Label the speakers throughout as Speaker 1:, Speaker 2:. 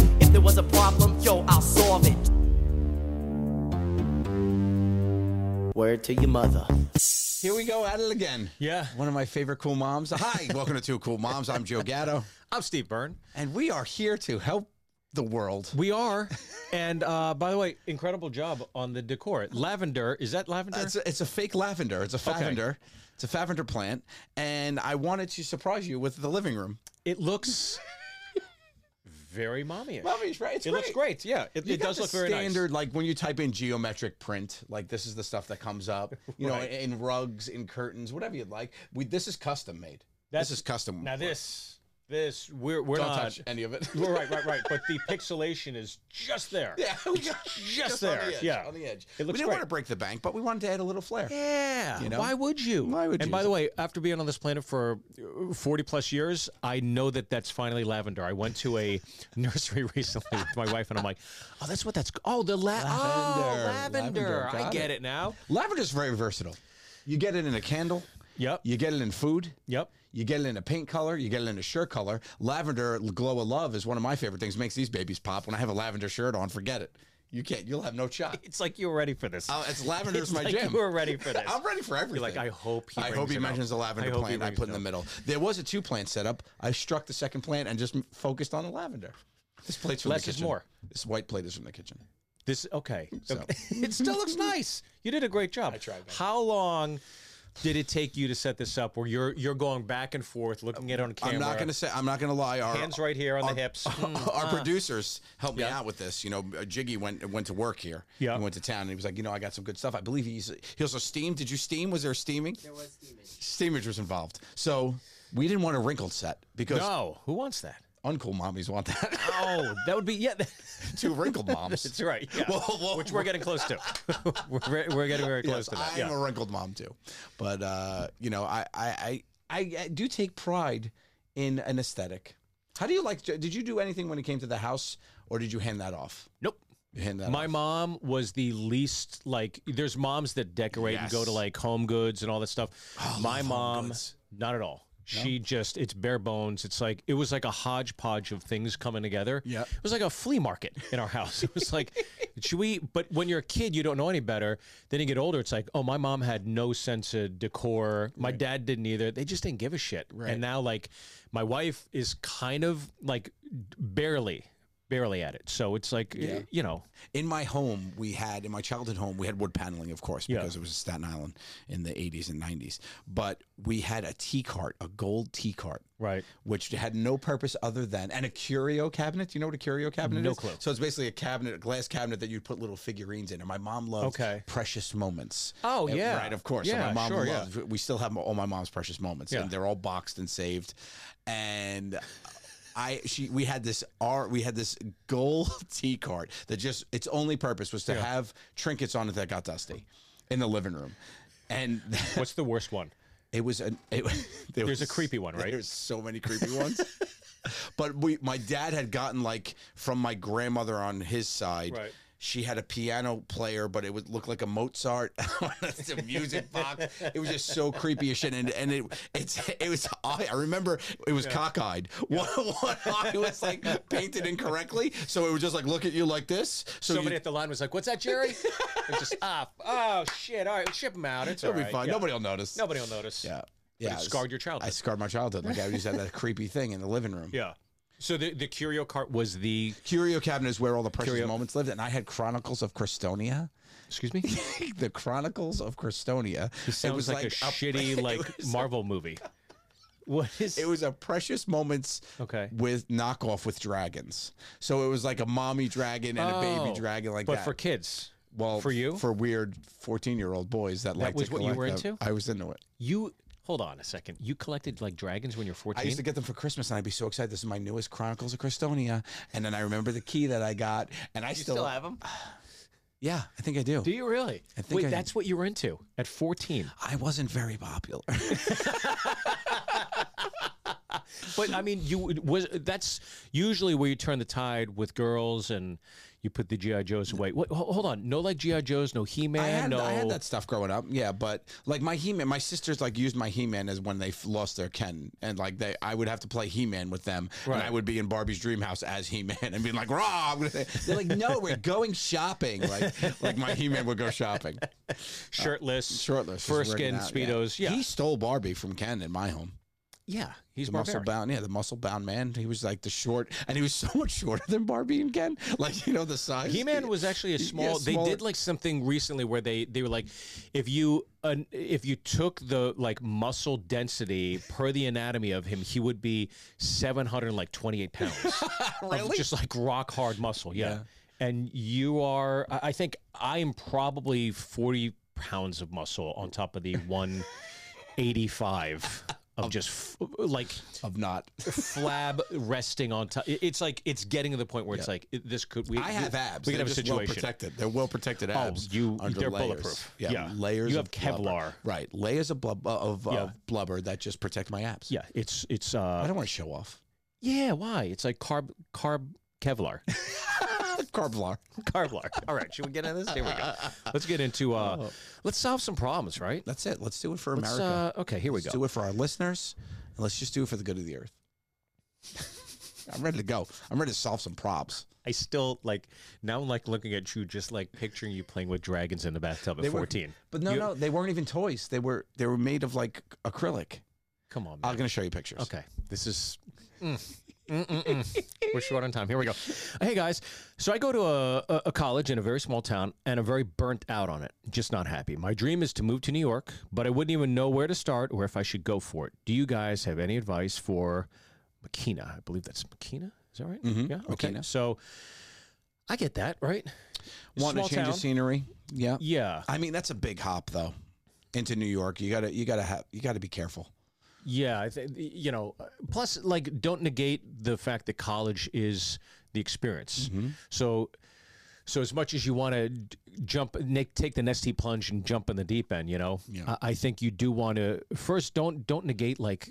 Speaker 1: there was a problem, yo, I'll solve it. Word to your mother.
Speaker 2: Here we go at it again.
Speaker 3: Yeah.
Speaker 2: One of my favorite cool moms. Hi, welcome to Two Cool Moms. I'm Joe Gatto,
Speaker 3: I'm Steve Byrne.
Speaker 2: and we are here to help the world.
Speaker 3: We are, and uh, by the way, incredible job on the decor. Lavender is that lavender?
Speaker 2: It's a, it's a fake lavender. It's a favender. It's a favender plant, and I wanted to surprise you with the living room.
Speaker 3: it looks very mommy-ish.
Speaker 2: Mommy's right. It's
Speaker 3: It looks great. Yeah, it,
Speaker 2: You
Speaker 3: it
Speaker 2: got
Speaker 3: does
Speaker 2: the
Speaker 3: look very
Speaker 2: standard, like when you type in geometric print, like this is the stuff that comes up. You
Speaker 3: Right.
Speaker 2: know, in rugs, in curtains, whatever you'd like. We this is custom made.
Speaker 3: That's-
Speaker 2: this is custom.
Speaker 3: nice. Now this, this we're we're
Speaker 2: Don't
Speaker 3: not.
Speaker 2: touch any of it.
Speaker 3: We're right, right, right. But the pixelation is just there.
Speaker 2: Yeah, we got
Speaker 3: Just
Speaker 2: on
Speaker 3: there,
Speaker 2: the edge,
Speaker 3: yeah.
Speaker 2: on the edge.
Speaker 3: It
Speaker 2: we
Speaker 3: looks
Speaker 2: didn't
Speaker 3: great.
Speaker 2: want to break the bank, but we wanted to add a little flair.
Speaker 3: Yeah.
Speaker 2: You know?
Speaker 3: Why would you?
Speaker 2: Why would
Speaker 3: and
Speaker 2: you?
Speaker 3: by the way, after being on this planet for uh, 40 plus years, I know that that's finally lavender. I went to a nursery recently with my wife, and I'm like, oh, that's what that's. Oh, the la-
Speaker 2: Lavender.
Speaker 3: Oh, lavender.
Speaker 2: Lavender,
Speaker 3: I
Speaker 2: got
Speaker 3: get
Speaker 2: it.
Speaker 3: it now.
Speaker 2: Lavender is very versatile. You get it in a candle.
Speaker 3: Yep.
Speaker 2: You get it in food.
Speaker 3: Yep.
Speaker 2: You get it in a paint color. You get it in a shirt color. Lavender glow of love is one of my favorite things. Makes these babies pop. When I have a lavender shirt on, forget it. You can't. You'll have no shot.
Speaker 3: It's like you were ready for this.
Speaker 2: Oh, it's lavender's
Speaker 3: It's
Speaker 2: my
Speaker 3: like
Speaker 2: jam.
Speaker 3: you were ready for this.
Speaker 2: I'm ready for everything.
Speaker 3: like, I hope he
Speaker 2: I
Speaker 3: brings
Speaker 2: hope he
Speaker 3: it up.
Speaker 2: mentions the
Speaker 3: I
Speaker 2: lavender
Speaker 3: hope he
Speaker 2: plant I
Speaker 3: brings
Speaker 2: put
Speaker 3: it
Speaker 2: in the
Speaker 3: up.
Speaker 2: middle. There was a two plant setup. I struck the second plant and just m- focused on the lavender. This plate's from
Speaker 3: Less
Speaker 2: the
Speaker 3: is
Speaker 2: kitchen.
Speaker 3: more.
Speaker 2: This white plate is from the kitchen.
Speaker 3: This okay.
Speaker 2: So.
Speaker 3: Okay. it still looks nice. You did a great job. I
Speaker 2: tried, man.
Speaker 3: How long did it take you to set this up? Where you're you're going back and forth, looking at it on camera.
Speaker 2: I'm not going to say. I'm not going to lie. Our
Speaker 3: hands right here on the hips. Hmm.
Speaker 2: our producers helped me
Speaker 3: Uh-huh. Yeah.
Speaker 2: out with this. You know, uh, Jiggy went went to work here.
Speaker 3: Yeah.
Speaker 2: he went to town and he was like, you know, I got some good stuff. I believe he's he also steamed. Did you steam? Was there steaming? There was steaming. Steamage was involved. So we didn't want a wrinkled set because
Speaker 3: no, who wants that?
Speaker 2: uncool mommies want that.
Speaker 3: Oh, that would be yeah.
Speaker 2: Two wrinkled moms.
Speaker 3: That's right. Yeah.
Speaker 2: Whoa, whoa,
Speaker 3: Which we're getting close to. we're, very- we're getting very
Speaker 2: Yes,
Speaker 3: close to that.
Speaker 2: I'm
Speaker 3: Yeah.
Speaker 2: a wrinkled mom too, but uh, you know, I I, I I I do take pride in an aesthetic. How do you like? Did you do anything when it came to the house, or did you hand that off?
Speaker 3: Nope.
Speaker 2: You hand that
Speaker 3: My
Speaker 2: off.
Speaker 3: mom was the least like. There's moms that decorate and go
Speaker 2: Yes.
Speaker 3: to like Home Goods and all that stuff.
Speaker 2: love
Speaker 3: My
Speaker 2: Home
Speaker 3: mom,
Speaker 2: Goods.
Speaker 3: not at all. She just it's bare bones. It's like it was like a hodgepodge of things coming together.
Speaker 2: Yeah.
Speaker 3: It was like a flea market in our house. It was like, should we? But when you're a kid, you don't know any better. Then you get older, it's like, oh, my mom had no sense of decor. My dad didn't either. They just didn't give a shit.
Speaker 2: Right.
Speaker 3: And now, like, my wife is kind of like barely, barely at it. So it's like,
Speaker 2: Yeah.
Speaker 3: you know,
Speaker 2: in my home we had in my childhood home we had wood paneling of course
Speaker 3: Yeah.
Speaker 2: because it was staten island in the 80s and 90s but we had a tea cart a gold tea cart
Speaker 3: Right.
Speaker 2: which had no purpose other than and a curio cabinet do you know what a curio cabinet
Speaker 3: No
Speaker 2: is
Speaker 3: clue.
Speaker 2: so it's basically a cabinet a glass cabinet that you'd put little figurines in and my mom loved
Speaker 3: Okay.
Speaker 2: precious moments
Speaker 3: Oh,
Speaker 2: And-
Speaker 3: yeah.
Speaker 2: right of course so my
Speaker 3: Yeah,
Speaker 2: mom
Speaker 3: sure, yeah.
Speaker 2: loved we still have all my mom's precious moments
Speaker 3: Yeah.
Speaker 2: and they're all boxed and saved and I she we had this art we had this gold tea cart that just its only purpose was to have trinkets on it that got dusty in the living room. And
Speaker 3: What's the worst one?
Speaker 2: it was an it, was- there
Speaker 3: There's a
Speaker 2: was-
Speaker 3: creepy one, right?
Speaker 2: There's so many creepy ones. but we my dad had gotten like from my grandmother on his side.
Speaker 3: Right.
Speaker 2: She had a piano player, but it would look like a Mozart. it's a music box. It was just so creepy as shit, and and it it's it was. I I remember it was cockeyed. One, one eye was like painted incorrectly, so it would just like look at you like this. So
Speaker 3: Somebody
Speaker 2: you,
Speaker 3: at the line was like, "What's that, Jerry?" and just ah, f- oh shit! All right, ship him out. It's all
Speaker 2: it'll be
Speaker 3: right.
Speaker 2: fun.
Speaker 3: Yeah.
Speaker 2: Nobody will notice.
Speaker 3: nobody will notice.
Speaker 2: Yeah.
Speaker 3: But
Speaker 2: Yeah,
Speaker 3: it
Speaker 2: it's-
Speaker 3: scarred your
Speaker 2: I
Speaker 3: childhood.
Speaker 2: scarred my childhood. Like I just had that creepy thing in the living room.
Speaker 3: yeah. So the the curio cart was the
Speaker 2: Curio cabinet is where all the precious
Speaker 3: Curio.
Speaker 2: moments lived, and I had Chronicles of Crestonia.
Speaker 3: excuse me.
Speaker 2: the Chronicles of Crestonia.
Speaker 3: Sounds like, a, shitty like Marvel movie. What is
Speaker 2: It was a precious moments
Speaker 3: Okay.
Speaker 2: with knockoff with dragons. So it was like a mommy dragon and a baby
Speaker 3: Oh,
Speaker 2: dragon like
Speaker 3: but
Speaker 2: that.
Speaker 3: for kids?
Speaker 2: well,
Speaker 3: for you?
Speaker 2: for weird fourteen-year-old boys that, like
Speaker 3: was
Speaker 2: to
Speaker 3: what you
Speaker 2: collect
Speaker 3: were
Speaker 2: them.
Speaker 3: into?
Speaker 2: I was into it.
Speaker 3: You hold on a second. You collected like dragons when you're
Speaker 2: I
Speaker 3: 14.
Speaker 2: used to get them for Christmas, and I'd be so excited. This is my newest Chronicles of Crestonia, and then I remember the key that I got, and I still,
Speaker 3: them?
Speaker 2: Yeah, I think I do.
Speaker 3: Do you really?
Speaker 2: I think
Speaker 3: Wait,
Speaker 2: I-
Speaker 3: that's what you were into at 14.
Speaker 2: I wasn't very popular.
Speaker 3: but I mean, you it was that's usually where you turn the tide with girls, and you put the GI Joes away. What, ho- hold on, no like GI Joes, no He Man,
Speaker 2: I had,
Speaker 3: no.
Speaker 2: I had that stuff growing up, yeah. But like my He Man, my sisters like used my He Man as when they f- lost their Ken, and like they, I would have to play He Man with them, and I would be in Barbie's dream house as He Man and being like, "Raw." I'm gonna say- They're like, "No, we're going shopping." Like, like my He Man would go shopping,
Speaker 3: shirtless,
Speaker 2: shirtless, just rigging
Speaker 3: foreskin,
Speaker 2: out, yeah.
Speaker 3: speedos. Yeah,
Speaker 2: he stole Barbie from Ken in my home.
Speaker 3: yeah, he's
Speaker 2: the muscle
Speaker 3: barbaric.
Speaker 2: bound, yeah, the muscle bound man. He was like the short, and he was so much shorter than Barbie and Ken. Like you know the size.
Speaker 3: He Man was actually a
Speaker 2: Yeah,
Speaker 3: small.
Speaker 2: smaller.
Speaker 3: They did like something recently where they they were like, if you uh, if you took the like muscle density per the anatomy of him, he would be seven hundred like twenty eight pounds. of
Speaker 2: Really?
Speaker 3: just like rock hard muscle. Yeah. And you are. I I think I am probably forty pounds of muscle on top of the one eighty five. Of just f- like
Speaker 2: of not.
Speaker 3: flab resting on top, it's like it's getting to the point where it's like it- this could we.
Speaker 2: I have abs.
Speaker 3: We
Speaker 2: They're
Speaker 3: could have a
Speaker 2: just
Speaker 3: situation. Oh,
Speaker 2: Well protected. They're well protected abs.
Speaker 3: you-
Speaker 2: under
Speaker 3: they're
Speaker 2: layers.
Speaker 3: bulletproof.
Speaker 2: Yeah,
Speaker 3: Yeah.
Speaker 2: layers.
Speaker 3: You
Speaker 2: of
Speaker 3: have
Speaker 2: blubber.
Speaker 3: Kevlar.
Speaker 2: Right, layers of, blub- uh, of, of
Speaker 3: Yeah.
Speaker 2: blubber that just protect my abs.
Speaker 3: Yeah, it's it's.
Speaker 2: I
Speaker 3: uh
Speaker 2: don't want to show off.
Speaker 3: Yeah, why? It's like carb carb Kevlar,
Speaker 2: Ah, Kevlar.
Speaker 3: Kevlar. All right, should we get into this? Here we go. Let's get into. uh Let's solve some problems, right?
Speaker 2: That's it. Let's do it for
Speaker 3: Let's,
Speaker 2: America.
Speaker 3: uh, okay, here we
Speaker 2: let's
Speaker 3: go.
Speaker 2: do it for our listeners, and let's just do it for the good of the earth. I'm ready to go. I'm ready to solve some props.
Speaker 3: I still like now. I'm like looking at you, just like picturing you playing with dragons in the bathtub at
Speaker 2: They were-
Speaker 3: 14.
Speaker 2: But no,
Speaker 3: You-
Speaker 2: no, they weren't even toys. They were they were made of like acrylic.
Speaker 3: Come on, man.
Speaker 2: I'm gonna show you pictures.
Speaker 3: Okay, this is. Mm. Mm-mm-mm. We're short on time. Here we go. Hey guys, so I go to a, a- a college in a very small town, and I'm very burnt out on it. Just not happy. My dream is to move to New York, but I wouldn't even know where to start or if I should go for it. Do you guys have any advice for Makina? I believe that's Makina. Is that right?
Speaker 2: Mm-hmm.
Speaker 3: Yeah. Okay.
Speaker 2: Makena.
Speaker 3: So I get that right.
Speaker 2: Want to
Speaker 3: Small
Speaker 2: change
Speaker 3: town.
Speaker 2: of scenery? Yeah.
Speaker 3: Yeah.
Speaker 2: I mean, that's a big hop though. Into New York, you gotta you gotta have you gotta be careful.
Speaker 3: Yeah, I think you know. Plus, like, don't negate the fact that college is the experience.
Speaker 2: Mm-hmm.
Speaker 3: So, so as much as you want to jump, na- take the nesty plunge and jump in the deep end, you know,
Speaker 2: Yeah.
Speaker 3: I, I think you do want to first. Don't don't negate like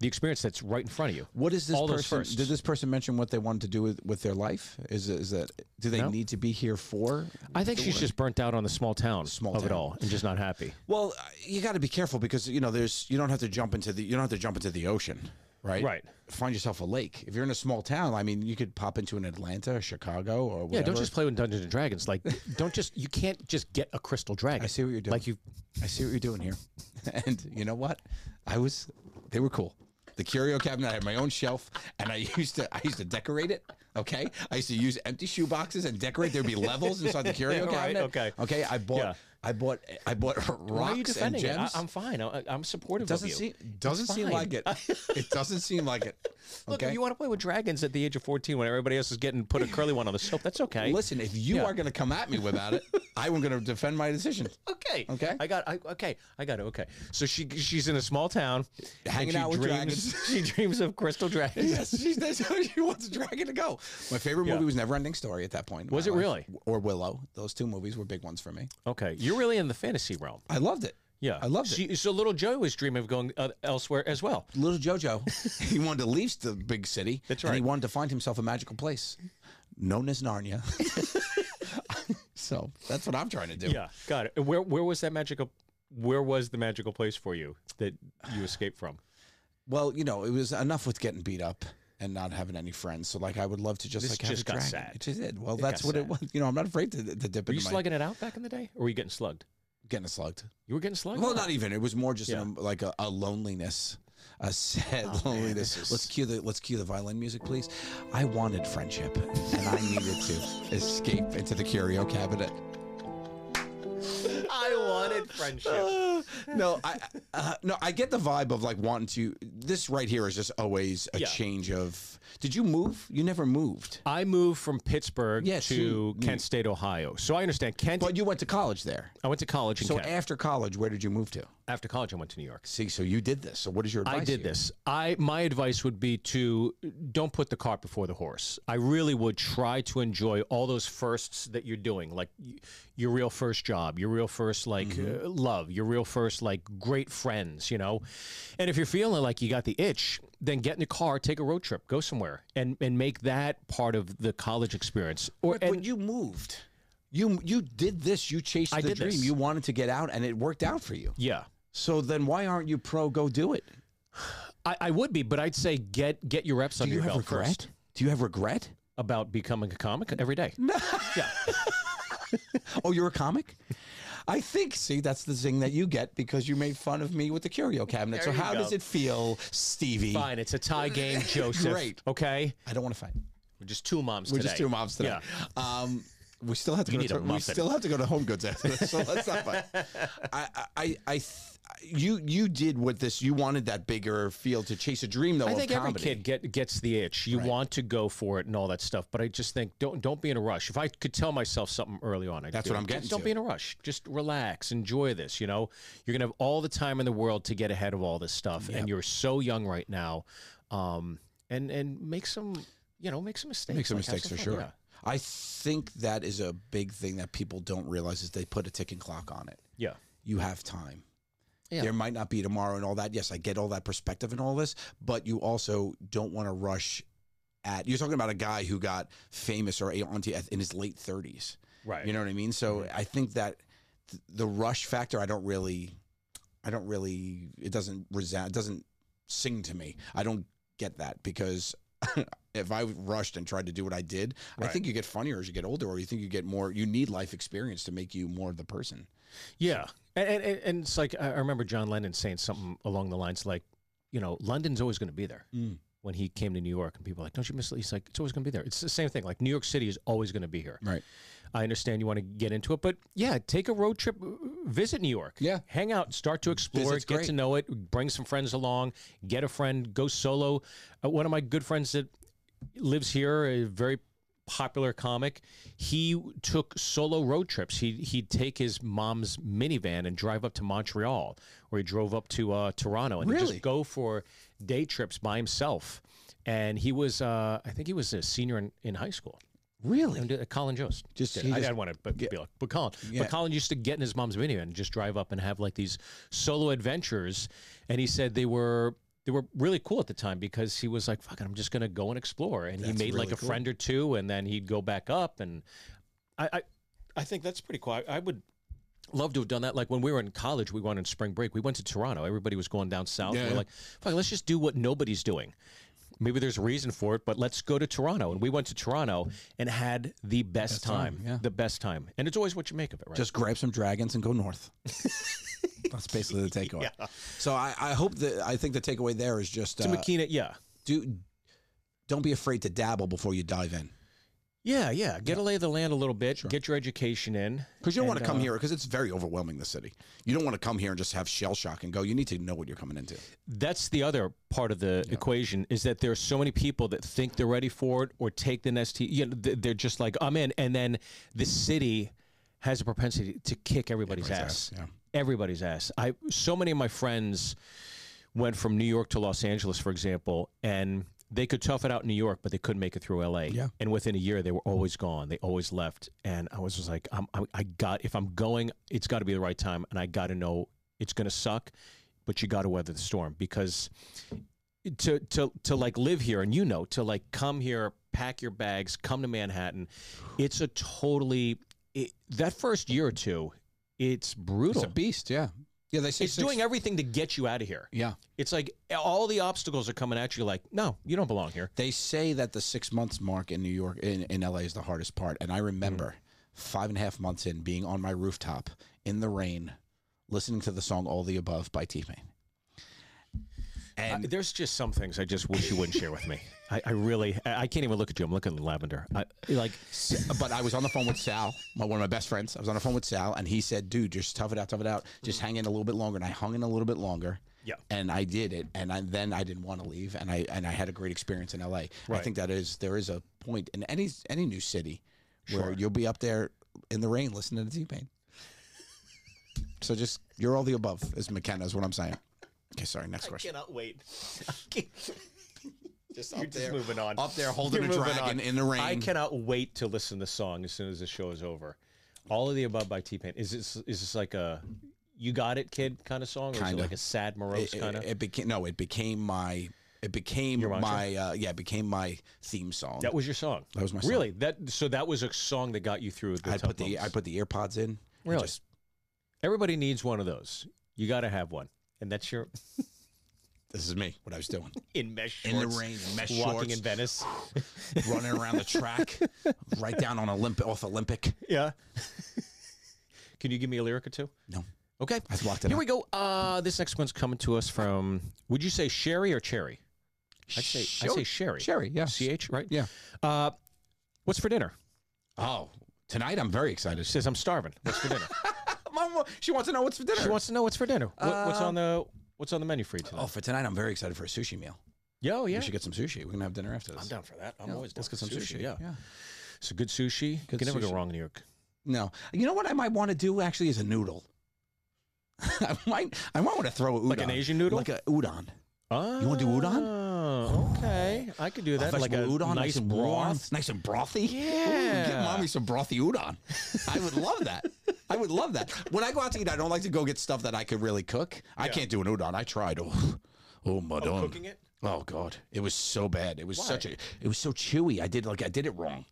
Speaker 3: the experience that's right in front of you.
Speaker 2: What is this
Speaker 3: All those
Speaker 2: person?
Speaker 3: firsts.
Speaker 2: Did this person mention what they wanted to do with, with their life? Is is that do they need to be here for?
Speaker 3: I think she's just burnt out on the small town
Speaker 2: Small
Speaker 3: of it
Speaker 2: town.
Speaker 3: all and just not happy.
Speaker 2: Well, you got to be careful because you know there's you don't have to jump into the you don't have to jump into the ocean, right?
Speaker 3: Right.
Speaker 2: Find yourself a lake. If you're in a small town, I mean, you could pop into an Atlanta or Chicago or whatever.
Speaker 3: Yeah, don't just play with Dungeons and Dragons. Like, don't just you can't just get a crystal dragon.
Speaker 2: I see what you're doing.
Speaker 3: Like you,
Speaker 2: I see what you're doing here. And you know what? I was they were cool. The curio cabinet, I had my own shelf and I used to I used to decorate it. Okay. I used to use empty shoe boxes and decorate. There'd be levels inside the curio
Speaker 3: Right,
Speaker 2: cabinet.
Speaker 3: okay.
Speaker 2: Okay. I bought
Speaker 3: Yeah.
Speaker 2: I bought I bought
Speaker 3: why are you
Speaker 2: rocks and
Speaker 3: defending it? I,
Speaker 2: gems.
Speaker 3: I'm fine. I, I'm supportive
Speaker 2: doesn't
Speaker 3: of you.
Speaker 2: seem doesn't
Speaker 3: It's
Speaker 2: seem
Speaker 3: fine.
Speaker 2: like it. It doesn't seem like it.
Speaker 3: Look,
Speaker 2: Okay.
Speaker 3: if you want to play with dragons at the age of 14 when everybody else is getting put a curly one on the soap, that's okay.
Speaker 2: Listen, if you
Speaker 3: Yeah.
Speaker 2: are gonna come at me about it, I'm gonna defend my decision.
Speaker 3: Okay.
Speaker 2: Okay.
Speaker 3: I got. I, okay. I got it. Okay. So she she's in a small town, and
Speaker 2: Hanging
Speaker 3: she
Speaker 2: out with
Speaker 3: dreams,
Speaker 2: dragons.
Speaker 3: She dreams of crystal dragons.
Speaker 2: Yes, she's, that's how she wants the dragon to go. My favorite
Speaker 3: Yeah.
Speaker 2: movie was Never Ending Story at that point. in
Speaker 3: Was
Speaker 2: my
Speaker 3: it really?
Speaker 2: Or Willow. Those two movies were big ones for me.
Speaker 3: Okay. You're really in the fantasy realm.
Speaker 2: I loved it.
Speaker 3: Yeah.
Speaker 2: I loved
Speaker 3: she, it. So little Joey was dreaming of going uh, elsewhere as well.
Speaker 2: Little Jojo, he wanted to leave the big city.
Speaker 3: That's
Speaker 2: And he
Speaker 3: right.
Speaker 2: wanted to find himself a magical place known as Narnia. so that's what I'm trying to do.
Speaker 3: Yeah. Got it. Where where was that magical? Where was the magical place for you that you escaped from?
Speaker 2: Well, you know, it was enough with getting beat up and not having any friends. So, like, I would love to just
Speaker 3: This
Speaker 2: like have
Speaker 3: just
Speaker 2: a
Speaker 3: got
Speaker 2: dragon.
Speaker 3: sad.
Speaker 2: It just did. Well,
Speaker 3: It
Speaker 2: that's
Speaker 3: got
Speaker 2: what it
Speaker 3: sad.
Speaker 2: was. You know, I'm not afraid to, to dip
Speaker 3: Were you
Speaker 2: into my.
Speaker 3: slugging it out back in the day, or were you getting slugged?
Speaker 2: Getting slugged.
Speaker 3: You were getting slugged.
Speaker 2: Well, not even. It was more just
Speaker 3: Yeah. Oh,
Speaker 2: an, like a, a loneliness, a sad loneliness. Let's cue the let's cue the violin music, please. I wanted friendship, and I needed to escape into the curio cabinet.
Speaker 3: I wanted friendship.
Speaker 2: Uh, no, I uh, no, I get the vibe of like wanting to. This right here is just always a
Speaker 3: Yeah.
Speaker 2: change of. Did you move? You never moved,
Speaker 3: I moved from Pittsburgh
Speaker 2: Yeah,
Speaker 3: to
Speaker 2: to-
Speaker 3: Kent State, Ohio. So I understand Kent.
Speaker 2: but you went to college there.
Speaker 3: I went to college in
Speaker 2: So
Speaker 3: Kent.
Speaker 2: after college, where did you move to?
Speaker 3: after college, I went to New York.
Speaker 4: See, so you did this. So what is your advice?
Speaker 3: I did
Speaker 4: here?
Speaker 3: this. I my advice would be to don't put the cart before the horse. I really would try to enjoy all those firsts that you're doing, like y- your real first job, your real first like
Speaker 2: Mm-hmm.
Speaker 3: uh, love, your real first like great friends, you know. And if you're feeling like you got the itch, then get in the car, take a road trip, go somewhere, and and make that part of the college experience. Or
Speaker 4: But
Speaker 3: and-
Speaker 4: you moved. You you did this. You chased
Speaker 3: I
Speaker 4: the
Speaker 3: did
Speaker 4: dream.
Speaker 3: this.
Speaker 4: You wanted to get out, and it worked out for you.
Speaker 3: yeah.
Speaker 4: So then, why aren't you pro? Go do it.
Speaker 3: I, I would be, but I'd say get get your reps
Speaker 4: Do
Speaker 3: under
Speaker 4: you
Speaker 3: your
Speaker 4: have
Speaker 3: belt
Speaker 4: regret?
Speaker 3: first
Speaker 4: Do you have regret?
Speaker 3: about becoming a comic every day.
Speaker 4: Oh, you're a comic. I think. See, that's the thing that you get because you made fun of me with the curio cabinet. so how
Speaker 3: go.
Speaker 4: does it feel, Stevie?
Speaker 3: Fine, it's a tie game, Joseph.
Speaker 4: Great.
Speaker 3: Okay,
Speaker 4: I don't want to fight.
Speaker 3: we're just two moms
Speaker 4: We're
Speaker 3: today.
Speaker 4: just two moms today. Um, we still have to
Speaker 3: You
Speaker 4: go
Speaker 3: need
Speaker 4: to,
Speaker 3: a
Speaker 4: we
Speaker 3: muffin.
Speaker 4: still have to go to Home Goods after this. So let's not fight. I, I, I th- you, you did what this. You wanted that bigger field to chase a dream, though.
Speaker 3: I
Speaker 4: of
Speaker 3: think every
Speaker 4: comedy.
Speaker 3: kid get, gets the itch. You want to go for it and all that stuff, but I just think don't don't be in a rush. If I could tell myself something early on, I'd
Speaker 4: That's
Speaker 3: do
Speaker 4: what
Speaker 3: it.
Speaker 4: I'm getting
Speaker 3: Just don't
Speaker 4: to.
Speaker 3: be in a rush. Just relax, enjoy this. You know, you're gonna have all the time in the world to get ahead of all this stuff, and you're so young right now. Um, and and make some, you know, make some mistakes.
Speaker 4: Make some
Speaker 3: Like, have
Speaker 4: mistakes for
Speaker 3: fun.
Speaker 4: sure.
Speaker 3: Yeah.
Speaker 4: I think that is a big thing that people don't realize is they put a ticking clock on it.
Speaker 3: Yeah.
Speaker 4: You have time.
Speaker 3: Yeah.
Speaker 4: There might not be tomorrow and all that. Yes, I get all that perspective and all this, but you also don't want to rush at. You're talking about a guy who got famous or onto in his late 30s.
Speaker 3: Right.
Speaker 4: You know what I mean? So I think that th- the rush factor, I don't really, I don't really, it doesn't resound, it doesn't sing to me. I don't get that because if I rushed and tried to do what I did, I
Speaker 3: Right.
Speaker 4: think you get funnier as you get older, or you think you get more, you need life experience to make you more of the person.
Speaker 3: Yeah, and, and and- and it's like I I remember John Lennon saying something along the lines like, you know, London's always going to be there.
Speaker 4: Mm.
Speaker 3: When he came to New York, and people were like, don't you miss? He's like, it's always going to be there. It's the same thing. Like New York City is always going to be here.
Speaker 4: Right.
Speaker 3: I understand you want to get into it, but yeah, take a road trip, uh, visit New York.
Speaker 4: Yeah.
Speaker 3: Hang out, start to explore,
Speaker 4: Visit's
Speaker 3: get
Speaker 4: great.
Speaker 3: to know it, bring some friends along, get a friend, go solo. Uh, one of my good friends that lives here, a very popular comic, he took solo road trips. He he'd take his mom's minivan and drive up to Montreal, or he drove up to uh, Toronto, and he'd
Speaker 4: Really?
Speaker 3: just go for day trips by himself. And he was, uh, I think he was a senior in, in high school.
Speaker 4: Really?
Speaker 3: And, uh, Colin Jost.
Speaker 4: Just-
Speaker 3: Just, did
Speaker 4: he
Speaker 3: it. I,
Speaker 4: just-
Speaker 3: I want to but be like, but Colin,
Speaker 4: Yeah.
Speaker 3: but Colin used to get in his mom's minivan and just drive up and have like these solo adventures. And he said they were they were really cool at the time because he was like, "Fuck it, I'm just gonna go and explore." And he
Speaker 4: That's
Speaker 3: made like
Speaker 4: really
Speaker 3: a
Speaker 4: cool.
Speaker 3: friend or two, and then he'd go back up. And I I, I think that's pretty cool. I, I would. Love to have done that. Like when we were in college, we went on spring break. We went to Toronto. Everybody was going down south.
Speaker 4: Yeah,
Speaker 3: we're
Speaker 4: yeah.
Speaker 3: like, "Fuck, let's just do what nobody's doing." maybe there's a reason for it, but let's go to Toronto. And we went to Toronto and had the best, time,
Speaker 4: yeah.
Speaker 3: the best time. And it's always what you make of it, right?
Speaker 4: Just grab some dragons and go north. That's basically the takeaway. So I, I hope that, I think the takeaway there is just
Speaker 3: to
Speaker 4: uh,
Speaker 3: Makina, yeah,
Speaker 4: do, don't be afraid to dabble before you dive in.
Speaker 3: yeah, yeah. Get a lay of the land a little bit. Get your education in.
Speaker 4: Because you don't want to
Speaker 3: And,
Speaker 4: come
Speaker 3: uh,
Speaker 4: here because it's very overwhelming. The city. You don't want to come here and just have shell shock and go. You need to know what you're coming into.
Speaker 3: That's the other part of the equation is that there are so many people that think they're ready for it or take the next. You know, th- they're just like, I'm in, and then the city has a propensity to kick everybody's, ass.
Speaker 4: Yeah.
Speaker 3: everybody's ass. I so many of my friends went from New York to Los Angeles, for example, and they could tough it out in New York, but they couldn't make it through LA.
Speaker 4: Yeah.
Speaker 3: And within a year, they were always gone. They always left. And I was just like, I'm, I, I got if I'm going, it's got to be the right time, and I got to know it's going to suck, but you got to weather the storm because to to to like live here and you know to like come here pack your bags come to manhattan it's a totally it, that first year or two it's brutal
Speaker 4: It's a beast. Yeah. Yeah. They say
Speaker 3: it's doing everything to get you out of here
Speaker 4: Yeah.
Speaker 3: it's like all the obstacles are coming at you like no you don't belong here
Speaker 4: They say that the six months mark in New York in, in LA is the hardest part, and I remember five and a half months in being on my rooftop in the rain, listening to the song "All the Above" by T Pain.
Speaker 3: I-
Speaker 4: And
Speaker 3: there's just some things i just wish you wouldn't share with me I, I really I, I can't even look at you i'm looking at lavender I, like
Speaker 4: but I was on the phone with Sal, my, one of my best friends. I was on the phone with Sal, and he said, "Dude, just tough it out, tough it out. Just hang in a little bit longer." And I hung in a little bit longer.
Speaker 3: Mm-hmm. Yeah.
Speaker 4: And I did it, and I, then I didn't want to leave, and I and I had a great experience in L.A. I
Speaker 3: Right.
Speaker 4: think that is there is a point in any any new city where you'll be up there in the rain listening to T Pain. So just you're all the above is McKenna is what I'm saying. Okay, sorry. Next
Speaker 1: I
Speaker 4: question.
Speaker 1: cannot wait.
Speaker 4: Just
Speaker 3: You're just moving on.
Speaker 4: Up there holding
Speaker 3: You're
Speaker 4: a
Speaker 3: moving
Speaker 4: dragon
Speaker 3: on.
Speaker 4: in the rain.
Speaker 3: I cannot wait to listen to the song as soon as the show is over. All of the above by T Pain. Is this is this like a you got it kid kind of song, or is it
Speaker 4: Kinda.
Speaker 3: like a sad morose
Speaker 4: it, it-
Speaker 3: kind of?
Speaker 4: it became no, it became my it became
Speaker 3: mantra?
Speaker 4: my uh, yeah, it became my theme song.
Speaker 3: That was your song.
Speaker 4: That was my song.
Speaker 3: really that. So that was a song that got you through the
Speaker 4: I
Speaker 3: tough
Speaker 4: put the
Speaker 3: moments.
Speaker 4: I put the ear pods in. and
Speaker 3: Really?
Speaker 4: just-
Speaker 3: Everybody needs one of those. You got to have one, and that's your
Speaker 4: this is me. What I was doing,
Speaker 3: in mesh
Speaker 4: In the
Speaker 3: shorts,
Speaker 4: rain, in mesh
Speaker 3: walking
Speaker 4: shorts.
Speaker 3: in Venice.
Speaker 4: running around the track, right down on Olympic off Olympic.
Speaker 3: Yeah. Can you give me a lyric or two?
Speaker 4: No,
Speaker 3: Okay.
Speaker 4: I've locked it.
Speaker 3: Here
Speaker 4: out.
Speaker 3: we go. Uh, this next one's coming to us from. Would you say Sherry or Cherry? I'd say I'd say Sherry.
Speaker 4: Sherry, yeah.
Speaker 3: C H, right?
Speaker 4: Yeah.
Speaker 3: Uh, what's for dinner?
Speaker 4: Oh, tonight I'm very excited.
Speaker 3: She says I'm starving. What's for dinner?
Speaker 4: Mom, she wants to know what's for dinner.
Speaker 3: she wants to know what's for dinner. What,
Speaker 4: Uh,
Speaker 3: what's on the What's on the menu for you tonight?
Speaker 4: Oh, for tonight I'm very excited for a sushi meal.
Speaker 3: Yo, yeah.
Speaker 4: We should get some sushi. We're gonna have dinner after this.
Speaker 3: I'm down for that. I'm
Speaker 4: oh, Yeah,
Speaker 3: always down
Speaker 4: let's get
Speaker 3: for
Speaker 4: some sushi.
Speaker 3: Yeah. So good sushi. you
Speaker 4: Good
Speaker 3: can never go
Speaker 4: sushi.
Speaker 3: wrong in New York.
Speaker 4: No, you know what I might want to do actually is a noodle. I might I might want to throw a udon.
Speaker 3: Like an Asian noodle?
Speaker 4: like a udon.
Speaker 3: Oh,
Speaker 4: wanna do udon?
Speaker 3: Okay, I could do that.
Speaker 4: fresh
Speaker 3: like a
Speaker 4: udon,
Speaker 3: nice
Speaker 4: and warm,
Speaker 3: broth.
Speaker 4: nice and brothy.
Speaker 3: Yeah.
Speaker 4: Ooh, give mommy some brothy udon. I would love that. I would love that. When I go out to eat, I don't like to go get stuff that I could really cook. I can't do an udon. I tried. Oh, oh my god.
Speaker 3: cooking it?
Speaker 4: Oh god, it was so bad. It was such a. It was so chewy. I did like I did it wrong.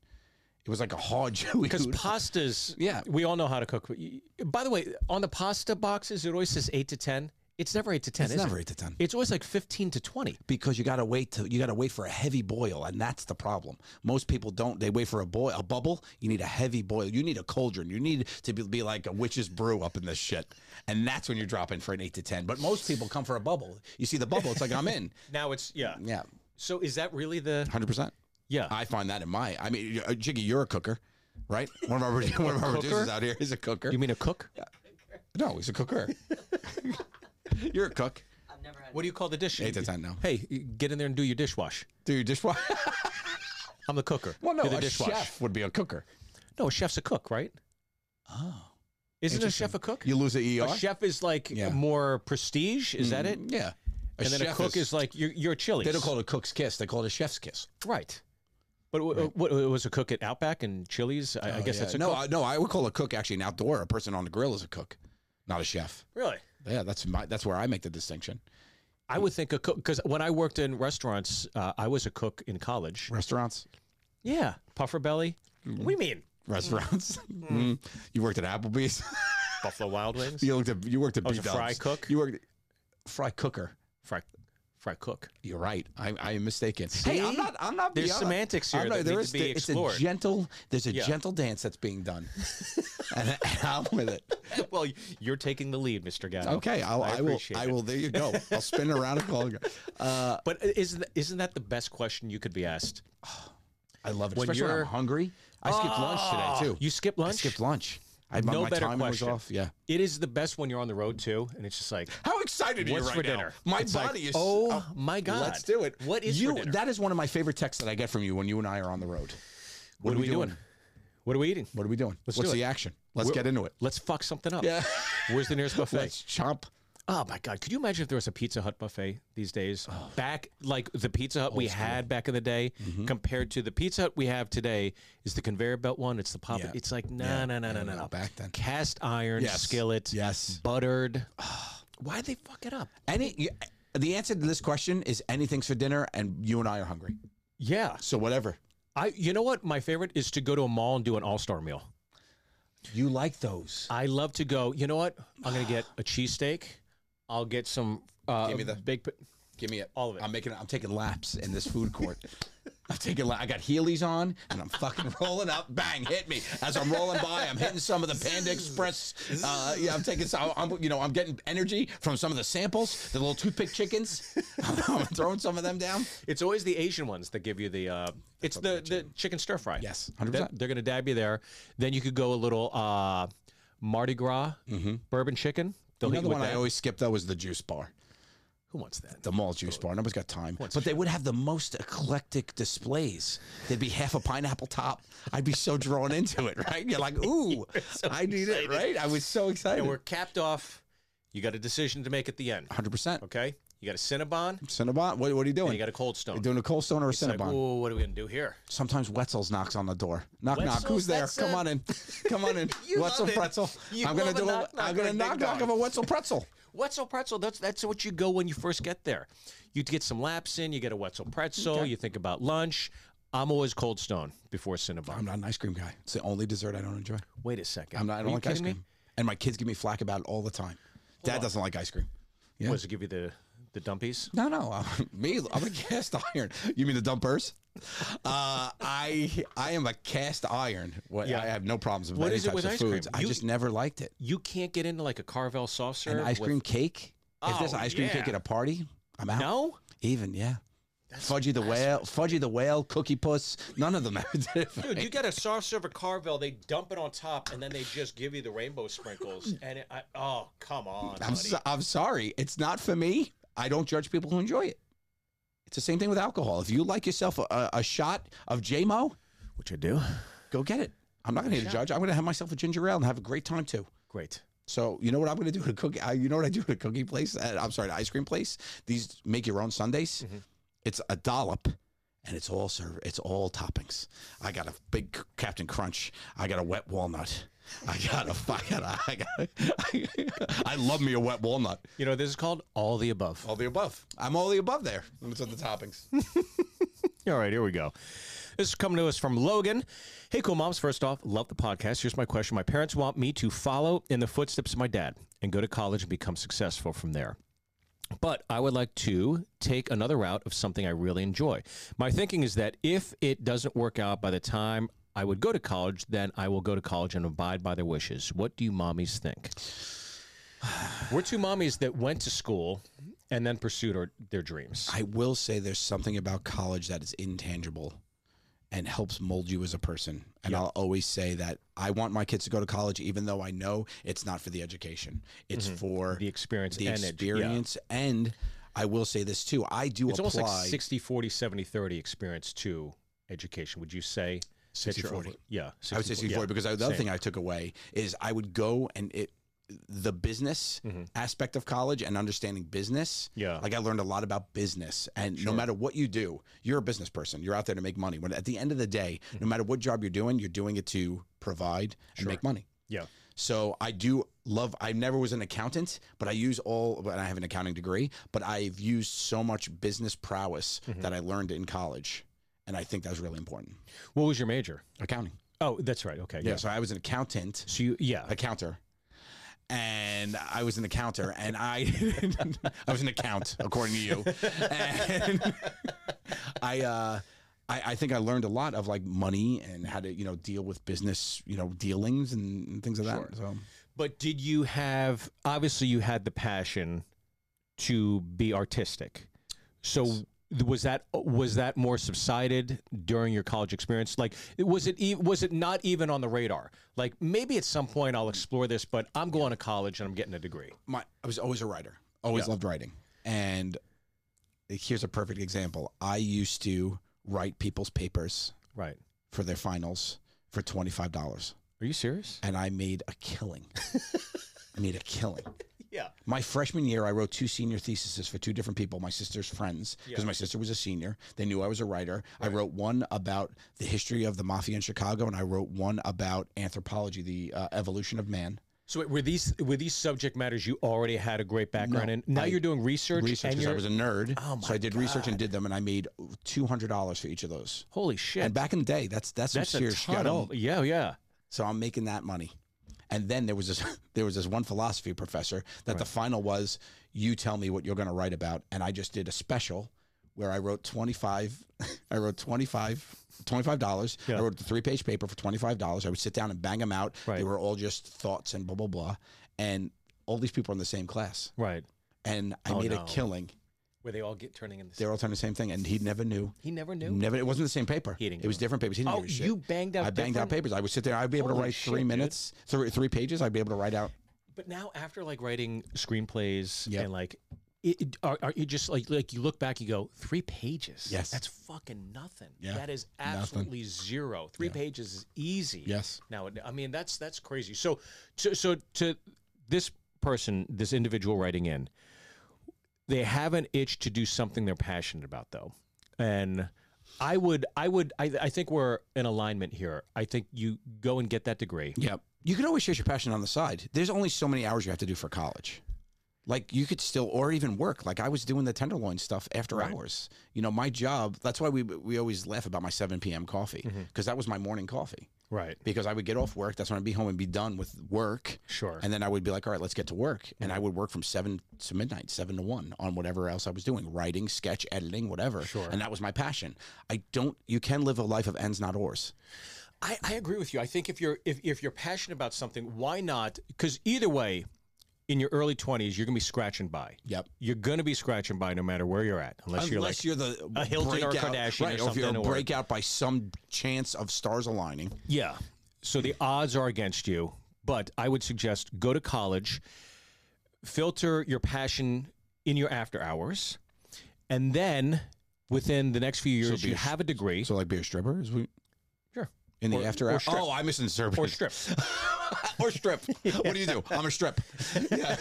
Speaker 4: It was like a hard chewy.
Speaker 3: Because
Speaker 4: udon.
Speaker 3: pastas,
Speaker 4: Yeah.
Speaker 3: we all know how to cook. But you- By the way, on the pasta boxes, it always says eight to ten. It's never eight to ten.
Speaker 4: it's
Speaker 3: is
Speaker 4: never
Speaker 3: it?
Speaker 4: eight to ten.
Speaker 3: It's always like fifteen to twenty.
Speaker 4: because you gotta wait to you gotta wait for a heavy boil, and that's the problem. Most people don't. They wait for a boil, a bubble. You need a heavy boil. You need a cauldron. You need to be, be like a witch's brew up in this shit, and that's when you're dropping for an eight to ten. But most people come for a bubble. You see the bubble, it's like I'm in.
Speaker 3: Now it's yeah.
Speaker 4: Yeah,
Speaker 3: So is that really the
Speaker 4: hundred percent.
Speaker 3: yeah?
Speaker 4: I find that in my. I mean, you- uh, Jiggy, you're a cooker, right? One of our one of our producers out here is a cooker.
Speaker 3: you mean a cook?
Speaker 4: no, he's a cooker. you're a cook.
Speaker 5: I've never had.
Speaker 3: What do you call the dish?
Speaker 4: Eight to ten now.
Speaker 3: Hey, get in there and do your dishwash.
Speaker 4: Do your dishwasher?
Speaker 3: I'm the cooker.
Speaker 4: well, no,
Speaker 3: do the
Speaker 4: a
Speaker 3: dishwash.
Speaker 4: chef would be a cooker.
Speaker 3: No, a chef's a cook, right?
Speaker 4: Oh.
Speaker 3: Isn't a chef a cook?
Speaker 4: You lose the ER.
Speaker 3: a chef is like
Speaker 4: Yeah.
Speaker 3: more prestige. Is that it?
Speaker 4: Yeah. A
Speaker 3: and then a
Speaker 4: chef
Speaker 3: cook is, like you're, you're Chili's.
Speaker 4: they don't call it a cook's kiss. They call it a chef's kiss.
Speaker 3: right. But what, what, what was a cook at Outback and Chili's? I, I guess that's a
Speaker 4: Oh, no.
Speaker 3: cook.
Speaker 4: I, no, I would call a cook actually an outdoor. A person on the grill is a cook, not a chef.
Speaker 3: really?
Speaker 4: Yeah, that's my. That's where I make the distinction.
Speaker 3: I would think a cook because when I worked in restaurants, uh, I was a cook in college.
Speaker 4: Restaurants,
Speaker 3: Yeah, puffer belly. What do you mean,
Speaker 4: restaurants. Mm. You worked at Applebee's.
Speaker 3: Buffalo Wild Wings?
Speaker 4: you looked at. You worked at.
Speaker 3: I was Oh, a
Speaker 4: B-Dubs.
Speaker 3: fry cook.
Speaker 4: You worked. Fry cooker.
Speaker 3: Fry, fry cook.
Speaker 4: You're right. I, I am mistaken. Hey, I'm
Speaker 3: See?
Speaker 4: not. I'm not.
Speaker 3: There's
Speaker 4: beyond-
Speaker 3: semantics here
Speaker 4: I'm
Speaker 3: that
Speaker 4: there
Speaker 3: need
Speaker 4: is-
Speaker 3: to be
Speaker 4: it's
Speaker 3: explored.
Speaker 4: a gentle. There's a
Speaker 3: Yeah.
Speaker 4: gentle dance that's being done, and, and I'm with it.
Speaker 3: well, you're taking the lead, Mister Guy.
Speaker 4: Okay, I'll, I, will.
Speaker 3: appreciate
Speaker 4: I
Speaker 3: it.
Speaker 4: will. There you go. I'll spin around and call. it- Uh,
Speaker 3: But isn't isn't that the best question you could be asked?
Speaker 4: I love it.
Speaker 3: When
Speaker 4: Especially when
Speaker 3: you're-
Speaker 4: I'm
Speaker 3: Ah,
Speaker 4: hungry. I skipped lunch today too.
Speaker 3: You skip
Speaker 4: I
Speaker 3: lunch.
Speaker 4: skipped lunch. I
Speaker 3: No
Speaker 4: my
Speaker 3: better
Speaker 4: timing
Speaker 3: question.
Speaker 4: was off. Yeah.
Speaker 3: It is the best when you're on the road too, and it's just like,
Speaker 4: How excited are
Speaker 3: What's
Speaker 4: you right
Speaker 3: for
Speaker 4: now?
Speaker 3: dinner?
Speaker 4: My
Speaker 3: It's like,
Speaker 4: body is.
Speaker 3: oh my God.
Speaker 4: Let's do it.
Speaker 3: What is for
Speaker 4: you?
Speaker 3: dinner?
Speaker 4: That is one of my favorite texts that I get from you when you and I are on the road.
Speaker 3: what, are we doing? What are we eating?
Speaker 4: What are we doing?
Speaker 3: Let's
Speaker 4: What's
Speaker 3: do
Speaker 4: the
Speaker 3: it.
Speaker 4: action? Let's
Speaker 3: We're-
Speaker 4: get into it.
Speaker 3: Let's fuck something up.
Speaker 4: Yeah.
Speaker 3: Where's the nearest buffet?
Speaker 4: Let's chomp.
Speaker 3: Oh my God! Could you imagine if there was a Pizza Hut buffet these days?
Speaker 4: Oh.
Speaker 3: Back like the Pizza Hut we had back in the day,
Speaker 4: Mm-hmm.
Speaker 3: compared to the Pizza Hut we have today, is the conveyor belt one. It's the pop.
Speaker 4: Yeah.
Speaker 3: It's like no,
Speaker 4: Yeah.
Speaker 3: no, no, no,
Speaker 4: No,
Speaker 3: no,
Speaker 4: no,
Speaker 3: no.
Speaker 4: back then.
Speaker 3: cast iron
Speaker 4: Yes.
Speaker 3: skillet.
Speaker 4: Yes.
Speaker 3: buttered. Why'd they fuck it up?
Speaker 4: Any. you- The answer to this question is anything's for dinner, and you and I are hungry.
Speaker 3: Yeah,
Speaker 4: So whatever.
Speaker 3: I. You know what? My favorite is to go to a mall and do an all star meal.
Speaker 4: You like those?
Speaker 3: I love to go. You know what? I'm gonna get a cheesesteak. I'll get some. Uh,
Speaker 4: Give me the-
Speaker 3: big. p-
Speaker 4: Give me it.
Speaker 3: All of it.
Speaker 4: I'm making. I'm taking laps in this food court. I'm taking. la- I got Heelys on, and I'm fucking rolling up. Bang! Hit me as I'm rolling by. I'm hitting some of the Panda Express. Uh, yeah, I'm taking. Some, I'm. You know, I'm getting energy from some of the samples. The little toothpick chickens. I'm throwing some of them down.
Speaker 3: It's always the Asian ones that give you the. Uh, it's the, the chicken stir fry.
Speaker 4: Yes, 100%.
Speaker 3: That- They're going to dab you there. Then you could go a little uh, Mardi Gras bourbon chicken. They'll hit
Speaker 4: Mm-hmm. Another
Speaker 3: you with
Speaker 4: one I
Speaker 3: that.
Speaker 4: always skipped though was the juice bar.
Speaker 3: Who wants that?
Speaker 4: the mall juice bar. Nobody's got time. But they would have the most eclectic displays. There'd be half a pineapple top. I'd be so drawn into it, right? You're like, ooh, I need it, right? I was so excited.
Speaker 3: And we're capped off. You got a decision to make at the end.
Speaker 4: 100%.
Speaker 3: Okay, you got a Cinnabon
Speaker 4: Cinnabon, what, what are you doing?
Speaker 3: and you got a Cold Stone.
Speaker 4: You're doing a Cold Stone or a
Speaker 3: It's like,
Speaker 4: Cinnabon?
Speaker 3: whoa, what are we gonna do here?
Speaker 4: Sometimes Wetzel's knocks on the door. Knock, knock.
Speaker 3: Wetzel's?
Speaker 4: Who's there?
Speaker 3: That's
Speaker 4: Come
Speaker 3: a-
Speaker 4: on in. Come on in.
Speaker 3: You
Speaker 4: Wetzel
Speaker 3: love it.
Speaker 4: pretzel.
Speaker 3: You
Speaker 4: I'm gonna
Speaker 3: love a
Speaker 4: do a.
Speaker 3: knock, knock
Speaker 4: am gonna
Speaker 3: on a
Speaker 4: knock
Speaker 3: big
Speaker 4: knock
Speaker 3: dog.
Speaker 4: of a Wetzel pretzel.
Speaker 3: Wetzel pretzel. That's that's what you go when you first get there. You get some laps in. You get a Wetzel pretzel. You think about lunch. I'm always Cold Stone before Cinnabon.
Speaker 4: I'm not an ice cream guy. It's the only dessert I don't enjoy.
Speaker 3: Wait a second.
Speaker 4: I'm not. I
Speaker 3: Are
Speaker 4: don't
Speaker 3: you
Speaker 4: like ice
Speaker 3: kidding me?
Speaker 4: cream. And my kids give me flack about it all the time. Dad doesn't like ice cream. Yeah.
Speaker 3: What does it give you the the dumpies?
Speaker 4: No, no, I'm, me, I'm a cast iron. You mean the dumpers? Uh, I I am a cast iron. What,
Speaker 3: Yeah.
Speaker 4: I have no problems with
Speaker 3: What
Speaker 4: any
Speaker 3: is it
Speaker 4: types
Speaker 3: with
Speaker 4: of
Speaker 3: ice cream?
Speaker 4: foods. I
Speaker 3: You-
Speaker 4: just never liked it.
Speaker 3: You can't get into like a Carvel soft serve.
Speaker 4: An ice
Speaker 3: with-
Speaker 4: cream cake. if there's
Speaker 3: Oh,
Speaker 4: an ice cream
Speaker 3: yeah.
Speaker 4: cake at a party, I'm out.
Speaker 3: No.
Speaker 4: Even yeah. Fudgy the whale, Fudgy the whale, Cookie Puss. None of them ever did.
Speaker 3: Dude, you get a soft serve at Carvel, they dump it on top, and then they just give you the rainbow sprinkles. And it, I, oh, come on,
Speaker 4: I'm
Speaker 3: buddy.
Speaker 4: so, I'm sorry. It's not for me. I don't judge people who enjoy it. It's the same thing with alcohol. If you like yourself a- a, a shot of JMO,
Speaker 3: Which I do.
Speaker 4: go get it. I'm not going to judge. I'm going to have myself a ginger ale and have a great time too.
Speaker 3: Great.
Speaker 4: So you know what I'm going to do at a cookie? I, you know what I do at a cookie place? Uh, I'm sorry, an ice cream place. These make your own sundays. It's a dollop, and it's all serve. It's all toppings. I got a big C- Captain Crunch. I got a wet walnut. I got a. I got a. I, got a I love me a wet walnut.
Speaker 3: You know, this is called all the above.
Speaker 4: All the above. I'm all the above there. It's on the toppings.
Speaker 3: All right, here we go. This is coming to us from Logan. Hey, cool moms. First off, love the podcast. Here's my question. My parents want me to follow in the footsteps of my dad and go to college and become successful from there. But I would like to take another route of something I really enjoy. My thinking is that if it doesn't work out by the time I would go to college, then I will go to college and abide by their wishes. What do you mommies think? We're two mommies that went to school and then pursued our, their dreams.
Speaker 4: I will say there's something about college that is intangible and helps mold you as a person. And I'll always say that I want my kids to go to college, even though I know it's not for the education, it's for
Speaker 3: Mm-hmm. The experience
Speaker 4: the
Speaker 3: and it- yeah.
Speaker 4: experience. And I will say this too I do
Speaker 3: it's
Speaker 4: apply.
Speaker 3: almost like 60 40 70 30 experience to education would you say that you're
Speaker 4: 60-40.
Speaker 3: over- yeah
Speaker 4: I would say
Speaker 3: 60-40,
Speaker 4: 60
Speaker 3: yeah.
Speaker 4: because I, the other
Speaker 3: Same.
Speaker 4: thing I took away is I would go and it, the business
Speaker 3: Mm-hmm.
Speaker 4: aspect of college and understanding business.
Speaker 3: Yeah.
Speaker 4: Like I learned a lot about business. And no matter what you do, you're a business person. You're out there to make money. When at the end of the day, no
Speaker 3: Mm-hmm.
Speaker 4: matter what job you're doing, you're doing it to provide and make money.
Speaker 3: yeah
Speaker 4: So I do love. I never was an accountant, but I use all. And I have an accounting degree, but I've used so much business prowess
Speaker 3: Mm-hmm.
Speaker 4: that I learned in college, and I think that was really important.
Speaker 3: what was your major
Speaker 4: Accounting.
Speaker 3: oh that's right okay
Speaker 4: Yeah.
Speaker 3: yeah
Speaker 4: So I was an accountant,
Speaker 3: so you yeah
Speaker 4: a counter, and I was an accounter, and I I was an account according to you, and I. uh I, I think I learned a lot of like money and how to you know deal with business you know dealings and things of that. So
Speaker 3: but did you have obviously you had the passion to be artistic so th- was that was that more subsided during your college experience like it- was it e- was it not even on the radar like maybe at some point I'll explore this but I'm going to college and I'm getting a degree
Speaker 4: my I was always a writer. Always loved writing. And here's a perfect example. I used to write people's papers
Speaker 3: right
Speaker 4: for their finals for twenty five dollars,
Speaker 3: are you serious
Speaker 4: and I made a killing. I made a killing.
Speaker 3: yeah
Speaker 4: My freshman year, I wrote two senior theses for two different people, my sister's friends, because my sister was a senior. They knew I was a writer. I wrote one about the history of the mafia in Chicago, and I wrote one about anthropology, the uh, evolution of man.
Speaker 3: So wait, were these were these subject matters you already had a great background in? Now you're doing research,
Speaker 4: research
Speaker 3: and
Speaker 4: because
Speaker 3: you're
Speaker 4: I was a nerd.
Speaker 3: Oh
Speaker 4: so I did research and did them, and I made two hundred dollars for each of those.
Speaker 3: holy shit.
Speaker 4: And back in the day, that's that's some
Speaker 3: That's a
Speaker 4: serious
Speaker 3: ton
Speaker 4: shit.
Speaker 3: of, yeah, yeah.
Speaker 4: So I'm making that money. And then there was this there was this one philosophy professor that the final was you tell me what you're going to write about, and I just did a special where I wrote twenty five, I wrote twenty five. Twenty-five dollars. I
Speaker 3: Yeah.
Speaker 4: wrote the three-page paper for twenty-five dollars. I would sit down and bang them out. They
Speaker 3: Right.
Speaker 4: were all just thoughts and blah blah blah. And all these people are in the same class,
Speaker 3: Right.
Speaker 4: and I
Speaker 3: Oh,
Speaker 4: made a
Speaker 3: no.
Speaker 4: killing.
Speaker 3: Were they all get turning in the?
Speaker 4: They were all telling the same thing, and he never knew.
Speaker 3: he never knew.
Speaker 4: Never. It wasn't the same paper.
Speaker 3: He didn't
Speaker 4: it was
Speaker 3: know.
Speaker 4: different papers. He didn't
Speaker 3: Oh,
Speaker 4: give a shit.
Speaker 3: you banged out
Speaker 4: I banged out
Speaker 3: different-
Speaker 4: papers. I would sit there. I'd be able to
Speaker 3: Holy
Speaker 4: write three
Speaker 3: shit, dude.
Speaker 4: minutes, three, three pages. I'd be able to write out.
Speaker 3: But now after like writing screenplays
Speaker 4: Yep.
Speaker 3: and like it, it- are, are you just like like you look back, you go three pages.
Speaker 4: Yes.
Speaker 3: that's fucking nothing.
Speaker 4: Yeah,
Speaker 3: that is
Speaker 4: nothing.
Speaker 3: absolutely zero. Three pages is easy.
Speaker 4: Yes.
Speaker 3: Now, I mean that's that's crazy. So, so, so to this person, this individual writing in, they have an itch to do something they're passionate about, though, and I would, I would, I, I think we're in alignment here. I think you go and get that degree.
Speaker 4: Yep. You can always chase your passion on the side. There's only so many hours you have to do for college. Like you could still, or even work. Like I was doing the tenderloin stuff after hours. You know, my job. That's why we we always laugh about my 7 p.m. coffee because that was my morning coffee.
Speaker 3: Right.
Speaker 4: Because I would get off work. That's when I'd be home and be done with work.
Speaker 3: Sure.
Speaker 4: And then I would be like, all right, let's get to work. And I would work from seven to midnight, seven to one on whatever else I was doing, writing, sketch, editing, whatever.
Speaker 3: Sure.
Speaker 4: And that was my passion. I don't, you can live a life of ends, not ors.
Speaker 3: I, I agree with you. I think if you're if, if you're passionate about something, why not? Because either way, in your early twenties, you're gonna be scratching by.
Speaker 4: Yep.
Speaker 3: You're gonna be scratching by no matter where you're at, unless, you're like
Speaker 4: Unless you're, the
Speaker 3: a Hilton or a
Speaker 4: breakout,
Speaker 3: Kardashian or
Speaker 4: right, if you're
Speaker 3: something,
Speaker 4: a
Speaker 3: or-
Speaker 4: breakout by some chance of stars aligning.
Speaker 3: yeah. So the odds are against you. But I would suggest go to college, filter your passion in your after hours, and then within the next few years,
Speaker 4: be
Speaker 3: you
Speaker 4: a-
Speaker 3: have a degree.
Speaker 4: So like be a stripper is we
Speaker 3: sure.
Speaker 4: in the
Speaker 3: Or-
Speaker 4: after
Speaker 3: or
Speaker 4: hours.
Speaker 3: strip.
Speaker 4: Oh, I misinterpreted.
Speaker 3: Or strip.
Speaker 4: or strip. What do you do? I'm a strip. yeah.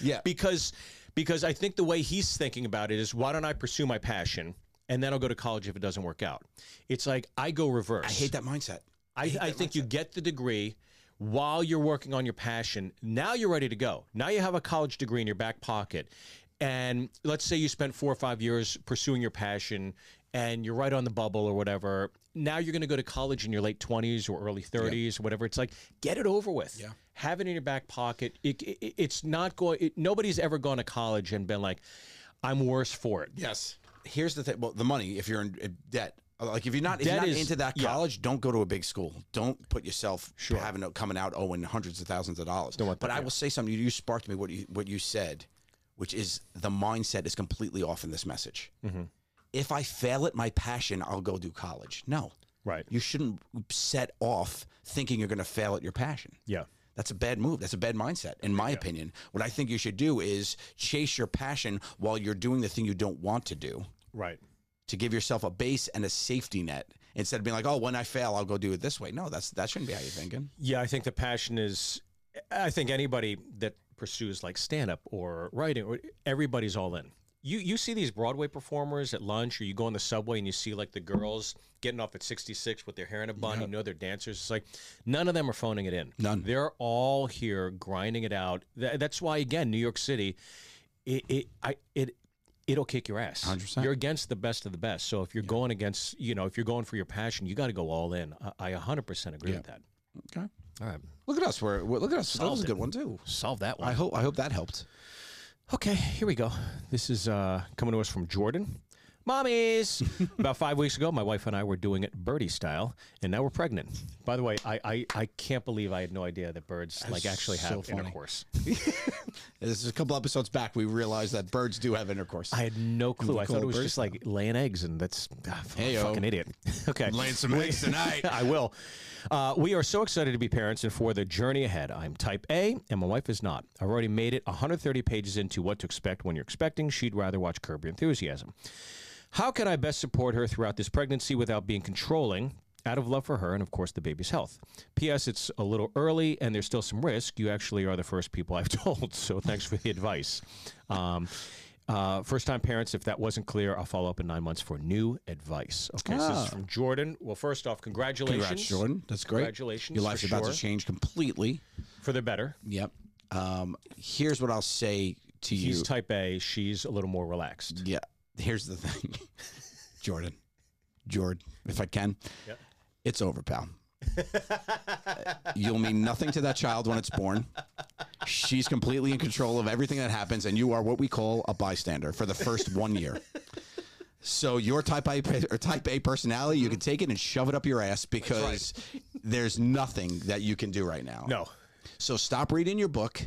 Speaker 4: yeah.
Speaker 3: because because I think the way he's thinking about it is why don't I pursue my passion and then I'll go to college if it doesn't work out. It's like I go reverse.
Speaker 4: I hate that mindset.
Speaker 3: I, I think you get the degree while you're working on your passion. Now you're ready to go. Now you have a college degree in your back pocket. And let's say you spent four or five years pursuing your passion and you're right on the bubble or whatever. Now you're going to go to college in your late 20s or early 30s or whatever. It's like, get it over with.
Speaker 4: Yeah.
Speaker 3: Have it in your back pocket. It, it, it's not going, it, nobody's ever gone to college and been like, I'm worse for it.
Speaker 4: Yes. Here's the thing. Well, the money. If you're in uh, debt, like if you're not, if you're
Speaker 3: Debt
Speaker 4: not
Speaker 3: is-
Speaker 4: into that
Speaker 3: yeah.
Speaker 4: college, don't go to a big school. Don't put yourself having a, coming out owing hundreds of thousands of dollars. but I will say something. You, you sparked me what you what you said, which is the mindset is completely off in this message.
Speaker 3: Mm-hmm.
Speaker 4: If I fail at my passion, I'll go do college. No,
Speaker 3: Right.
Speaker 4: you shouldn't set off thinking you're going to fail at your passion.
Speaker 3: Yeah.
Speaker 4: That's a bad move. That's a bad mindset, in my opinion. What I think you should do is chase your passion while you're doing the thing you don't want to do
Speaker 3: Right.
Speaker 4: to give yourself a base and a safety net instead of being like, oh, when I fail, I'll go do it this way. No, that's that shouldn't be how you're thinking.
Speaker 3: Yeah, I think the passion is. I think anybody that pursues like stand up or writing, or everybody's all in. You you see these Broadway performers at lunch, or you go on the subway and you see like the girls getting off at sixty six with their hair in a bun. You know they're dancers. It's like none of them are phoning it in.
Speaker 4: None.
Speaker 3: They're all here grinding it out. Tha- that's why again, New York City, it it I it. It'll kick your ass.
Speaker 4: 100%.
Speaker 3: You're against the best of the best. So if you're going against, you know, if you're going for your passion, you got to go all in. I, I 100% agree with that.
Speaker 4: Okay.
Speaker 3: All right.
Speaker 4: Look at us. We're, we're- look at us. That was a
Speaker 3: Solved it.
Speaker 4: good one too.
Speaker 3: solve that
Speaker 4: I
Speaker 3: one.
Speaker 4: hope I hope that helped.
Speaker 3: Okay, here we go. This is uh, coming to us from Jordan. Mommies! About five weeks ago, my wife and I were doing it birdie style, and now we're pregnant. By the way, I, I, I can't believe I had no idea that birds like actually
Speaker 4: so
Speaker 3: have
Speaker 4: funny.
Speaker 3: intercourse.
Speaker 4: This is a couple episodes back. We realized that birds do have intercourse.
Speaker 3: I had no clue. I
Speaker 4: call
Speaker 3: thought
Speaker 4: it
Speaker 3: it was
Speaker 4: birdie
Speaker 3: just like laying eggs, and that's ah, f-
Speaker 4: Heyo.
Speaker 3: fucking idiot. okay,
Speaker 4: some eggs tonight.
Speaker 3: I will. Uh, we are so excited to be parents and for the journey ahead. I'm type A, and my wife is not. I've already made it 130 pages into what to expect when you're expecting. She'd rather watch Curb Your Enthusiasm. How can I best support her throughout this pregnancy without being controlling? Out of love for her and, of course, the baby's health. P.S. It's a little early and there's still some risk. You actually are the first people I've told, so thanks for the advice. Um, uh, first time parents, if that wasn't clear, I'll follow up in nine months for new advice. Okay, so this is from Jordan. Well, first off, congratulations.
Speaker 4: Ah. Congrats, Jordan. That's great.
Speaker 3: Congratulations,
Speaker 4: Your life's
Speaker 3: for
Speaker 4: about
Speaker 3: sure.
Speaker 4: to change completely.
Speaker 3: For the better.
Speaker 4: Yep. Um, here's what I'll say to you.
Speaker 3: He's type A, she's a little more relaxed.
Speaker 4: Yeah. Here's the thing, Jordan. Jordan, if I can,
Speaker 3: Yep.
Speaker 4: it's over, pal. You'll mean nothing to that child when it's born. She's completely in control of everything that happens, and you are what we call a bystander for the first one year. So your type A pe- or type A personality,
Speaker 3: Mm-hmm.
Speaker 4: you can take it and shove it up your ass because there's nothing that you can do right now.
Speaker 3: No.
Speaker 4: So stop reading your book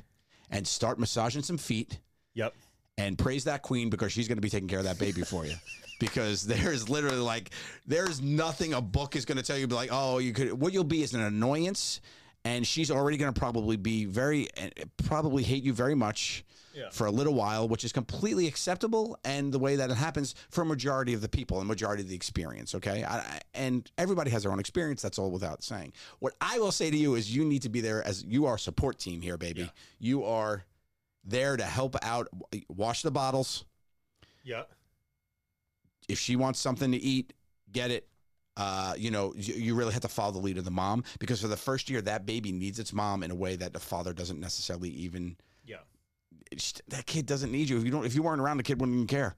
Speaker 4: and start massaging some feet
Speaker 3: Yep.
Speaker 4: and praise that queen because she's going to be taking care of that baby for you. Because there's literally like, there's nothing a book is going to tell you. Be like, oh, you could. What you'll be is an annoyance and she's already going to probably be very eh, probably hate you very much for a little while, which is completely acceptable and the way that it happens for a majority of the people and majority of the experience. Okay, I, I, and everybody has their own experience. That's all without saying. What I will say to you is, you need to be there as you are support team here, baby.
Speaker 5: Yeah.
Speaker 4: You are there to help out, w- wash the bottles.
Speaker 5: Yeah.
Speaker 4: if she wants something to eat, get it. Uh, you know, you, you really have to follow the lead of the mom because for the first year, that baby needs its mom in a way that the father doesn't necessarily even.
Speaker 5: Yeah.
Speaker 4: it's- That kid doesn't need you. If you don't, if you weren't around, the kid wouldn't even care.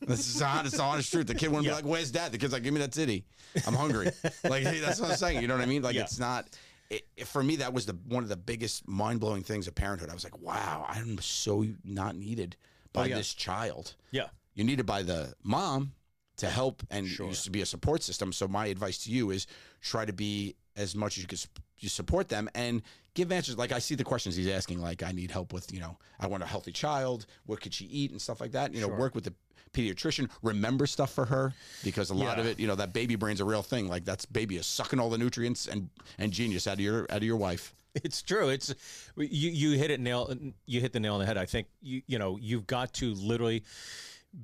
Speaker 4: This is the honest, the honest truth. The kid wouldn't
Speaker 5: Yeah.
Speaker 4: be like, "Where's dad?" The kid's like, "Give me that titty. I'm hungry." like hey, that's what I'm saying. You know what I mean? Like
Speaker 5: Yeah.
Speaker 4: it's not. It, it- for me, that was the one of the biggest mind blowing things of parenthood. I was like, "Wow, I'm so not needed
Speaker 5: Oh,
Speaker 4: by
Speaker 3: yeah.
Speaker 4: this child."
Speaker 3: Yeah.
Speaker 4: you're needed by the mom to help and
Speaker 3: Sure.
Speaker 4: used to be a support system. So my advice to you is try to be as much as you could sup- you support them and give answers. Like I see the questions he's asking, like I need help with, you know, I want a healthy child. What could she eat and stuff like that. You know,
Speaker 3: Sure.
Speaker 4: work with the pediatrician, remember stuff for her because a lot of
Speaker 5: Yeah.
Speaker 4: it, you know, that baby brain's a real thing. Like that's baby is sucking all the nutrients and, and genius out of your, out of your wife.
Speaker 3: It's true. It's you. You hit it nail. You hit the nail on the head. I think you. You know. You've got to literally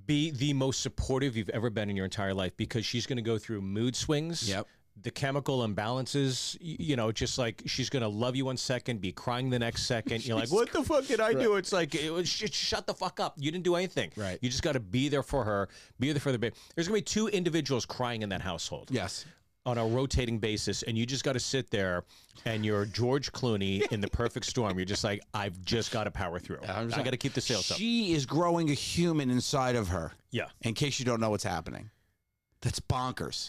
Speaker 3: be the most supportive you've ever been in your entire life because she's going to go through mood swings.
Speaker 4: Yep.
Speaker 3: The chemical imbalances. y- You know, just like she's going to love you one second, be crying the next second. You're like, what the fuck did I do? It's like, it was, sh- shut the fuck up. You didn't do anything.
Speaker 4: Right.
Speaker 3: You just got to be there for her. Be there for the baby. There's going to be two individuals crying in that household
Speaker 4: Yes.
Speaker 3: on a rotating basis, and you just got to sit there, and you're George Clooney in the perfect storm. You're just like, I've just got to power through. I got to keep the sales up.
Speaker 4: She is growing a human inside of her.
Speaker 3: Yeah.
Speaker 4: in case you don't know what's happening. That's bonkers.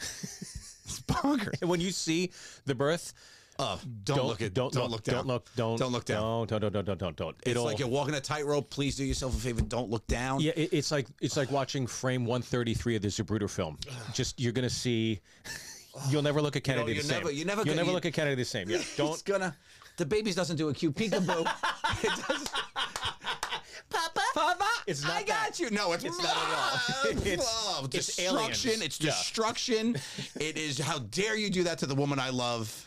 Speaker 4: it's bonkers.
Speaker 3: And when you see the birth,
Speaker 4: Oh, don't,
Speaker 3: don't,
Speaker 4: look at
Speaker 3: don't, look,
Speaker 4: down.
Speaker 3: Don't look. Don't
Speaker 4: Don't look down.
Speaker 3: Don't don't don't don't don't don't.
Speaker 4: It's like you're walking a tightrope. Please do yourself a favor. Don't look down.
Speaker 3: yeah, it, it's like it's like watching frame 133 of the Zapruder film. Just you're gonna see. You'll never look at Kennedy
Speaker 4: you're
Speaker 3: the same.
Speaker 4: never- you're never
Speaker 3: you'll
Speaker 4: gonna-
Speaker 3: never
Speaker 4: you-
Speaker 3: look at Kennedy the same. Yeah,
Speaker 4: It's
Speaker 3: don't.
Speaker 4: gonna. The babies doesn't do a cute peekaboo. it does. Papa, Papa,
Speaker 3: It's not
Speaker 4: I got
Speaker 3: that.
Speaker 4: you. No, it's,
Speaker 3: It's not at all. It's-
Speaker 4: Oh,
Speaker 3: it's
Speaker 4: destruction.
Speaker 3: aliens.
Speaker 4: It's
Speaker 3: Yeah.
Speaker 4: destruction. it is. How dare you do that to the woman I love?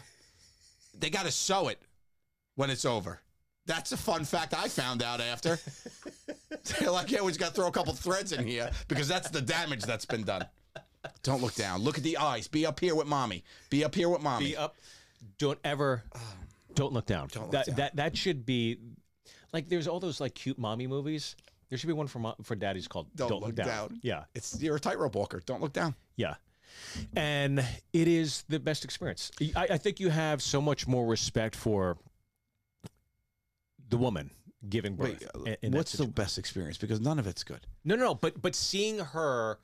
Speaker 4: They got to sew it when it's over. That's a fun fact I found out after. They're like, yeah, we just got to throw a couple threads in here because that's the damage that's been done. Don't look down. Look at the eyes. Be up here with mommy. Be up here with mommy.
Speaker 3: be up. Don't ever. Don't look down.
Speaker 4: Don't look
Speaker 3: that,
Speaker 4: down.
Speaker 3: that that should be like there's all those like cute mommy movies. There should be one for mo- for daddies called
Speaker 4: Don't
Speaker 3: Don't,
Speaker 4: Look
Speaker 3: look, down.
Speaker 4: Down.
Speaker 3: Yeah,
Speaker 4: It's you're a tightrope walker. Don't look down.
Speaker 3: yeah. And it is the best experience. I, I think you have so much more respect for the woman giving birth. in- in that
Speaker 4: uh, what's the
Speaker 3: situation.
Speaker 4: best experience? Because none of it's good.
Speaker 3: No, no, no. But but seeing her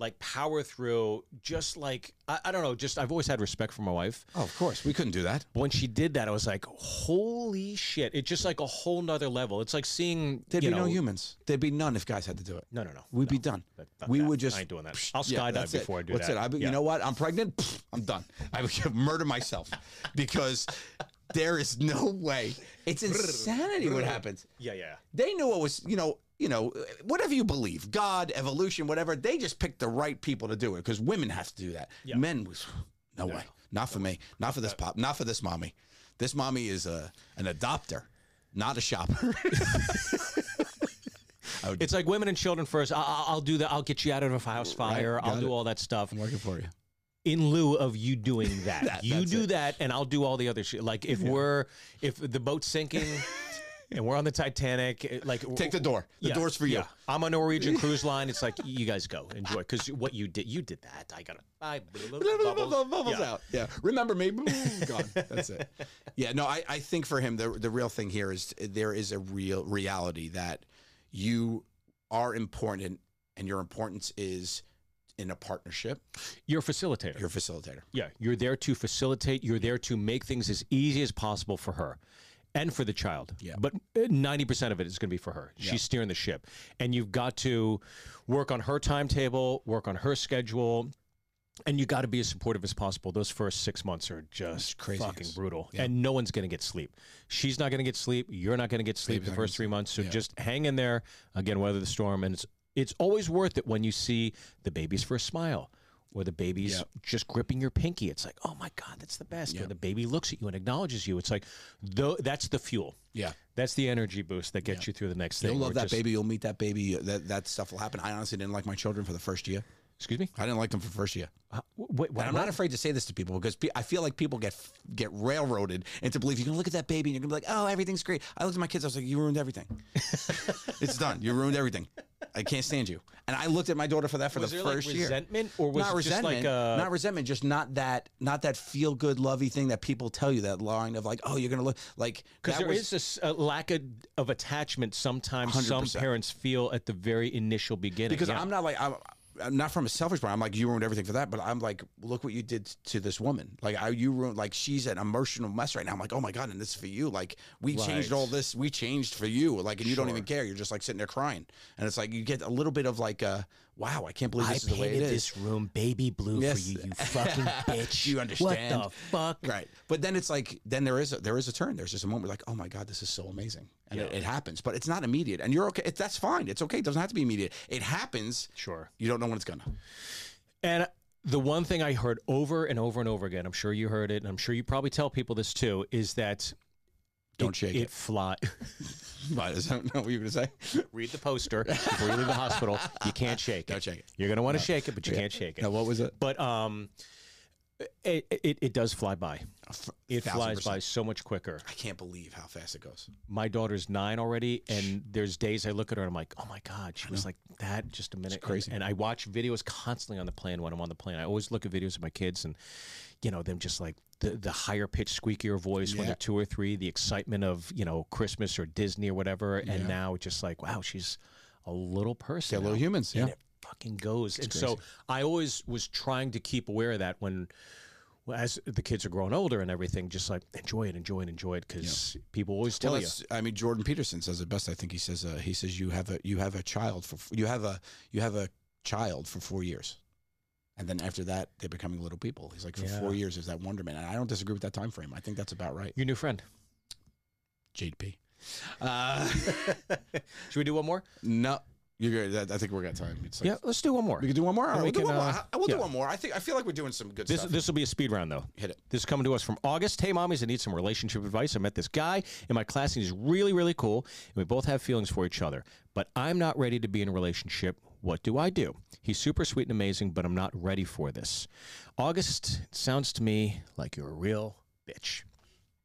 Speaker 3: like power through, just like I, I don't know. Just I've always had respect for my wife.
Speaker 4: Oh, of course, we couldn't do that.
Speaker 3: when she did that, I was like, holy shit. It's just like a whole nother level. It's like seeing,
Speaker 4: There'd
Speaker 3: you
Speaker 4: be
Speaker 3: know,
Speaker 4: no humans. There'd be none if guys had to do it.
Speaker 3: No, no, no.
Speaker 4: We'd
Speaker 3: no.
Speaker 4: be done.
Speaker 3: That- fuck
Speaker 4: we
Speaker 3: that.
Speaker 4: would just.
Speaker 3: I ain't doing that. I'll
Speaker 4: Yeah,
Speaker 3: skydive
Speaker 4: that's it.
Speaker 3: before I do
Speaker 4: What's
Speaker 3: that.
Speaker 4: it? I, be-
Speaker 3: Yeah.
Speaker 4: You know what? I'm pregnant. Pfft, I'm done. I would murder myself because there is no way. It's insanity what happens.
Speaker 3: Yeah, yeah.
Speaker 4: They knew it was. You know. You know. Whatever you believe, God, evolution, whatever. They just picked the right people to do it because women have to do that.
Speaker 3: Yeah.
Speaker 4: Men was no, way. Not for me. Not for this pop. Not for this mommy. This mommy is a an adopter, not a shopper.
Speaker 3: It's like women and children first. I, I, I'll do that. I'll get you out of a house fire.
Speaker 4: got
Speaker 3: I'll do
Speaker 4: it.
Speaker 3: all that stuff
Speaker 4: I'm working for you.
Speaker 3: in lieu of you doing that.
Speaker 4: That-
Speaker 3: you
Speaker 4: that's
Speaker 3: do
Speaker 4: it.
Speaker 3: that, and I'll do all the other shit. Like if we're if the boat's sinking. And we're on the Titanic. it- Like
Speaker 4: Take the door. The
Speaker 3: Yeah,
Speaker 4: door's for you.
Speaker 3: yeah. I'm on Norwegian cruise line. It's like you guys go enjoy because what you did, you did that. I gotta. I,
Speaker 4: bubbles,
Speaker 3: Yeah.
Speaker 4: out. Yeah. Remember me. Boom, Gone. That's it. Yeah. No, I, I think for him, the, the real thing here is there is a real reality that you are important and your importance is in a partnership.
Speaker 3: You're a facilitator.
Speaker 4: You're a facilitator.
Speaker 3: yeah, you're there to facilitate. You're there to make things as easy as possible for her and for the child.
Speaker 4: Yeah.
Speaker 3: But 90% of it is going to be for her. She's steering the ship. And you've got to work on her timetable, work on her schedule. And you got to be as supportive as possible. Those first six months are just
Speaker 4: crazy.
Speaker 3: fucking brutal, and no one's going to get sleep. She's not going to get sleep. You're not going to get sleep the first three months. So just hang in there. Again, weather the storm, and it's it's always worth it when you see the baby's first smile, or the baby's
Speaker 4: Yep.
Speaker 3: just gripping your pinky. It's like, oh my God, that's the best. Or
Speaker 4: Yep.
Speaker 3: the baby looks at you and acknowledges you. It's like, though, that's the fuel.
Speaker 4: Yeah.
Speaker 3: That's the energy boost that gets you through the next thing.
Speaker 4: You'll
Speaker 3: or
Speaker 4: love that
Speaker 3: just-
Speaker 4: baby. You'll meet that baby. That that stuff will happen. I honestly didn't like my children for the first year.
Speaker 3: Excuse me?
Speaker 4: I didn't like them for the first year.
Speaker 3: Uh, wh- wh-
Speaker 4: And I'm
Speaker 3: what?
Speaker 4: not afraid to say this to people because pe- I feel like people get get railroaded into believing you're gonna look at that baby and you're gonna be like, oh, everything's great. I looked at my kids. I was like, you ruined everything. it's done. You ruined everything. I can't stand you. And I looked at my daughter for that for
Speaker 3: Was
Speaker 4: the
Speaker 3: there, like,
Speaker 4: first year.
Speaker 3: resentment, or was
Speaker 4: not
Speaker 3: it just like,
Speaker 4: resentment,
Speaker 3: uh,
Speaker 4: not resentment, just not that not that feel good lovey thing that people tell you that line of like, oh, you're gonna look like that
Speaker 3: Because there
Speaker 4: was-
Speaker 3: is this a lack of, of attachment sometimes some
Speaker 4: 100%.
Speaker 3: parents feel at the very initial beginning.
Speaker 4: because
Speaker 3: yeah.
Speaker 4: I'm not like I'm, I'm not from a selfish point. I'm like you ruined everything for that, but I'm like, look what you did to this woman. Like I, you ruined. Like she's an emotional mess right now. I'm like, oh my god, and this is for you. Like we changed
Speaker 3: Right.
Speaker 4: all this. We changed for you. Like and you don't even
Speaker 3: Sure.
Speaker 4: care. You're just like sitting there crying, and it's like you get a little bit of like, uh, wow, I can't believe this is the way it is.
Speaker 3: room baby blue
Speaker 4: Yes.
Speaker 3: fucking bitch.
Speaker 4: You understand.
Speaker 3: What the fuck?
Speaker 4: Right, but then it's like then there is a, there is a turn. There's just a moment like, oh my god, this is so amazing, and it, it happens. But it's not immediate, and you're okay. It, that's fine. It's okay. It doesn't have to be immediate. It happens.
Speaker 3: Sure.
Speaker 4: You don't know when it's gonna.
Speaker 3: And the one thing I heard over and over and over again, I'm sure you heard it, and I'm sure you probably tell people this too, is that
Speaker 4: Don't shake
Speaker 3: it fly.
Speaker 4: Right, I don't know what you're gonna say.
Speaker 3: Read the poster before you leave the hospital. You can't shake
Speaker 4: Don't
Speaker 3: it.
Speaker 4: shake it.
Speaker 3: You're gonna want to shake it, but you can't shake it.
Speaker 4: Now, what was it?
Speaker 3: But um, it, it it does fly by. It flies by so much quicker.
Speaker 4: I can't believe how fast it goes.
Speaker 3: my daughter's nine already, and there's days I look at her and I'm like, oh my god, she was like that just a minute.
Speaker 4: crazy.
Speaker 3: And, and I watch videos constantly on the plane when I'm on the plane. I always look at videos of my kids and, you know, them just like the the higher pitched, squeakier voice when
Speaker 4: Yeah.
Speaker 3: they're two or three, the excitement of you know Christmas or Disney or whatever, and now it's just like, wow, she's a little person.
Speaker 4: They're
Speaker 3: now
Speaker 4: little humans. Yeah.
Speaker 3: and it fucking goes. and so I always was trying to keep aware of that when, well, as the kids are growing older and everything, just like enjoy it, enjoy it, enjoy it, because people always tell
Speaker 4: Well,
Speaker 3: you.
Speaker 4: that's, I mean, Jordan Peterson says it best. I think he says uh, he says you have a you have a child for you have a you have a child for four years, and then after that they're becoming little people. He's like for
Speaker 3: Yeah.
Speaker 4: four years is that wonderment, and I don't disagree with that time frame. I think that's about right.
Speaker 3: Your new friend.
Speaker 4: Jade P. Uh,
Speaker 3: Should we do one more?
Speaker 4: no, you're good. I I think we're got time. It's like,
Speaker 3: yeah, let's do one more.
Speaker 4: we can do one more. All
Speaker 3: And
Speaker 4: right,
Speaker 3: we
Speaker 4: we'll do
Speaker 3: can,
Speaker 4: one more.
Speaker 3: uh,
Speaker 4: I, we'll
Speaker 3: yeah.
Speaker 4: do one more. I think I feel like we're doing some good
Speaker 3: This
Speaker 4: stuff.
Speaker 3: this will be a speed round though.
Speaker 4: Hit it.
Speaker 3: This is coming to us from August. Hey, mommies, I need some relationship advice. I met this guy in my class, and he's really, really cool. And we both have feelings for each other, but I'm not ready to be in a relationship. What do I do? He's super sweet and amazing, but I'm not ready for this. August it sounds to me like you're a real bitch.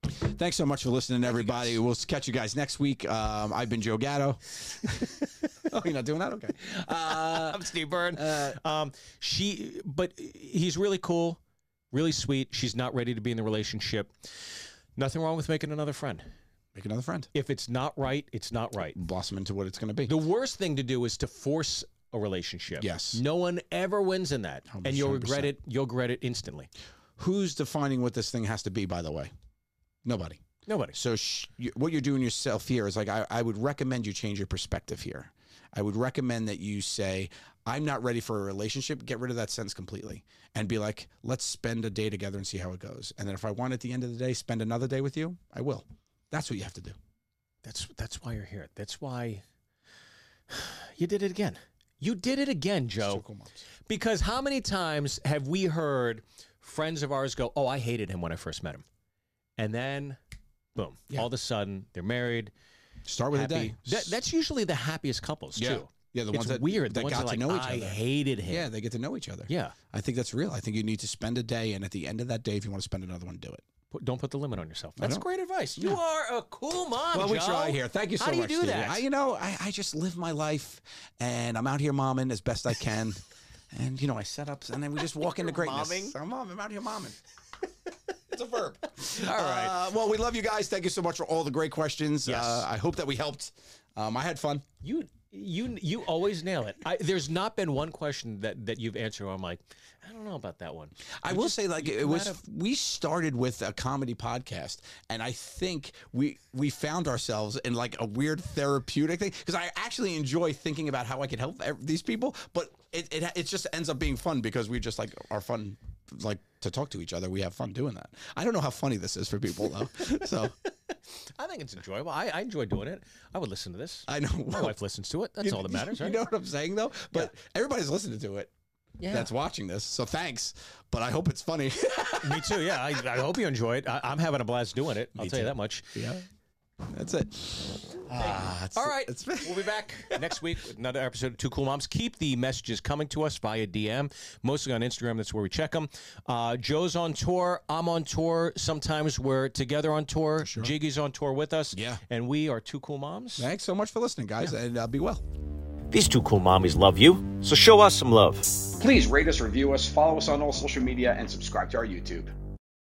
Speaker 4: Thanks so much for listening, everybody. We'll catch you guys next week. Um, I've been Joe Gatto. oh, you're not doing that? Okay. Uh,
Speaker 3: I'm Steve Byrne. um, she, but he's really cool, really sweet. She's not ready to be in the relationship. Nothing wrong with making another friend.
Speaker 4: make another friend.
Speaker 3: if it's not right, it's not right.
Speaker 4: Blossom into what it's going to be.
Speaker 3: The worst thing to do is to force a relationship.
Speaker 4: Yes.
Speaker 3: No one ever wins in that. And you'll regret
Speaker 4: 100%.
Speaker 3: it. You'll regret it instantly.
Speaker 4: Who's defining what this thing has to be, by the way? Nobody.
Speaker 3: Nobody.
Speaker 4: So, sh- you, what you're doing yourself here is like, I, I would recommend you change your perspective here. I would recommend that you say, I'm not ready for a relationship. Get rid of that sentence completely and be like, let's spend a day together and see how it goes. And then, if I want at the end of the day, spend another day with you, I will. That's what you have to do.
Speaker 3: That's that's why you're here. That's why you did it again. You did it again, Joe.
Speaker 4: Circle marks.
Speaker 3: Because how many times have we heard friends of ours go, "Oh, I hated him when I first met him," and then, boom,
Speaker 4: Yeah.
Speaker 3: all of a sudden they're married.
Speaker 4: Start with a
Speaker 3: happy.
Speaker 4: day.
Speaker 3: That, that's usually the happiest couples
Speaker 4: yeah.
Speaker 3: too.
Speaker 4: Yeah, the
Speaker 3: it's
Speaker 4: ones that
Speaker 3: weird.
Speaker 4: that
Speaker 3: the ones
Speaker 4: got
Speaker 3: that are
Speaker 4: to
Speaker 3: like,
Speaker 4: know each
Speaker 3: I
Speaker 4: other.
Speaker 3: hated him.
Speaker 4: Yeah, they get to know each other.
Speaker 3: Yeah.
Speaker 4: I think that's real. I think you need to spend a day, and at the end of that day, if you want to spend another one, do it.
Speaker 3: Put- Don't put the limit on yourself. That's
Speaker 4: don't.
Speaker 3: great advice. You are a cool mom.
Speaker 4: Well, we
Speaker 3: Joe.
Speaker 4: try here. Thank you so
Speaker 3: How
Speaker 4: much.
Speaker 3: do you do
Speaker 4: Stevie.
Speaker 3: that?
Speaker 4: I, you know, I, I just live my life, and I'm out here momming as best I can, and you know, I set up, and then we just walk into greatness.
Speaker 3: momming?
Speaker 4: I'm mom. I'm out here momming. It's a verb.
Speaker 3: All right.
Speaker 4: Uh, well, we love you guys. Thank you so much for all the great questions.
Speaker 3: Yes.
Speaker 4: Uh, I hope that we helped. Um, I had fun.
Speaker 3: you you you always nail it. I, there's not been one question that that you've answered where I'm like, I don't know about that one.
Speaker 4: I will say, like it was, we started with a comedy podcast, and I think we we found ourselves in like a weird therapeutic thing because I actually enjoy thinking about how I could help ev- these people, but it, it it just ends up being fun because we just like are fun, like to talk to each other. We have fun doing that. I don't know how funny this is for people though, so
Speaker 3: I think it's enjoyable. I, I enjoy doing it. I would listen to this.
Speaker 4: I know
Speaker 3: My wife listens to it. That's all that matters,
Speaker 4: You
Speaker 3: right?
Speaker 4: know what I'm saying though, but everybody's listening to it.
Speaker 3: Yeah.
Speaker 4: that's watching this. So thanks, but I hope it's funny.
Speaker 3: Me too. Yeah, I, I hope you enjoy it. I, I'm having a blast doing it. I'll tell you that much.
Speaker 4: yeah, that's it. Ah, it's-
Speaker 3: All right.
Speaker 4: it's-
Speaker 3: we'll be back next week with another episode of Two Cool Moms. Keep the messages coming to us via DM, mostly on Instagram. That's where we check them. Uh, Joe's on tour. I'm on tour. Sometimes we're together on tour. Jiggy's on tour with us.
Speaker 4: Yeah.
Speaker 3: And we are Two Cool Moms.
Speaker 4: thanks so much for listening, guys, and uh, be well.
Speaker 3: These two cool mommies love you, so show us some love.
Speaker 5: Please rate us, review us, follow us on all social media, and subscribe to our YouTube.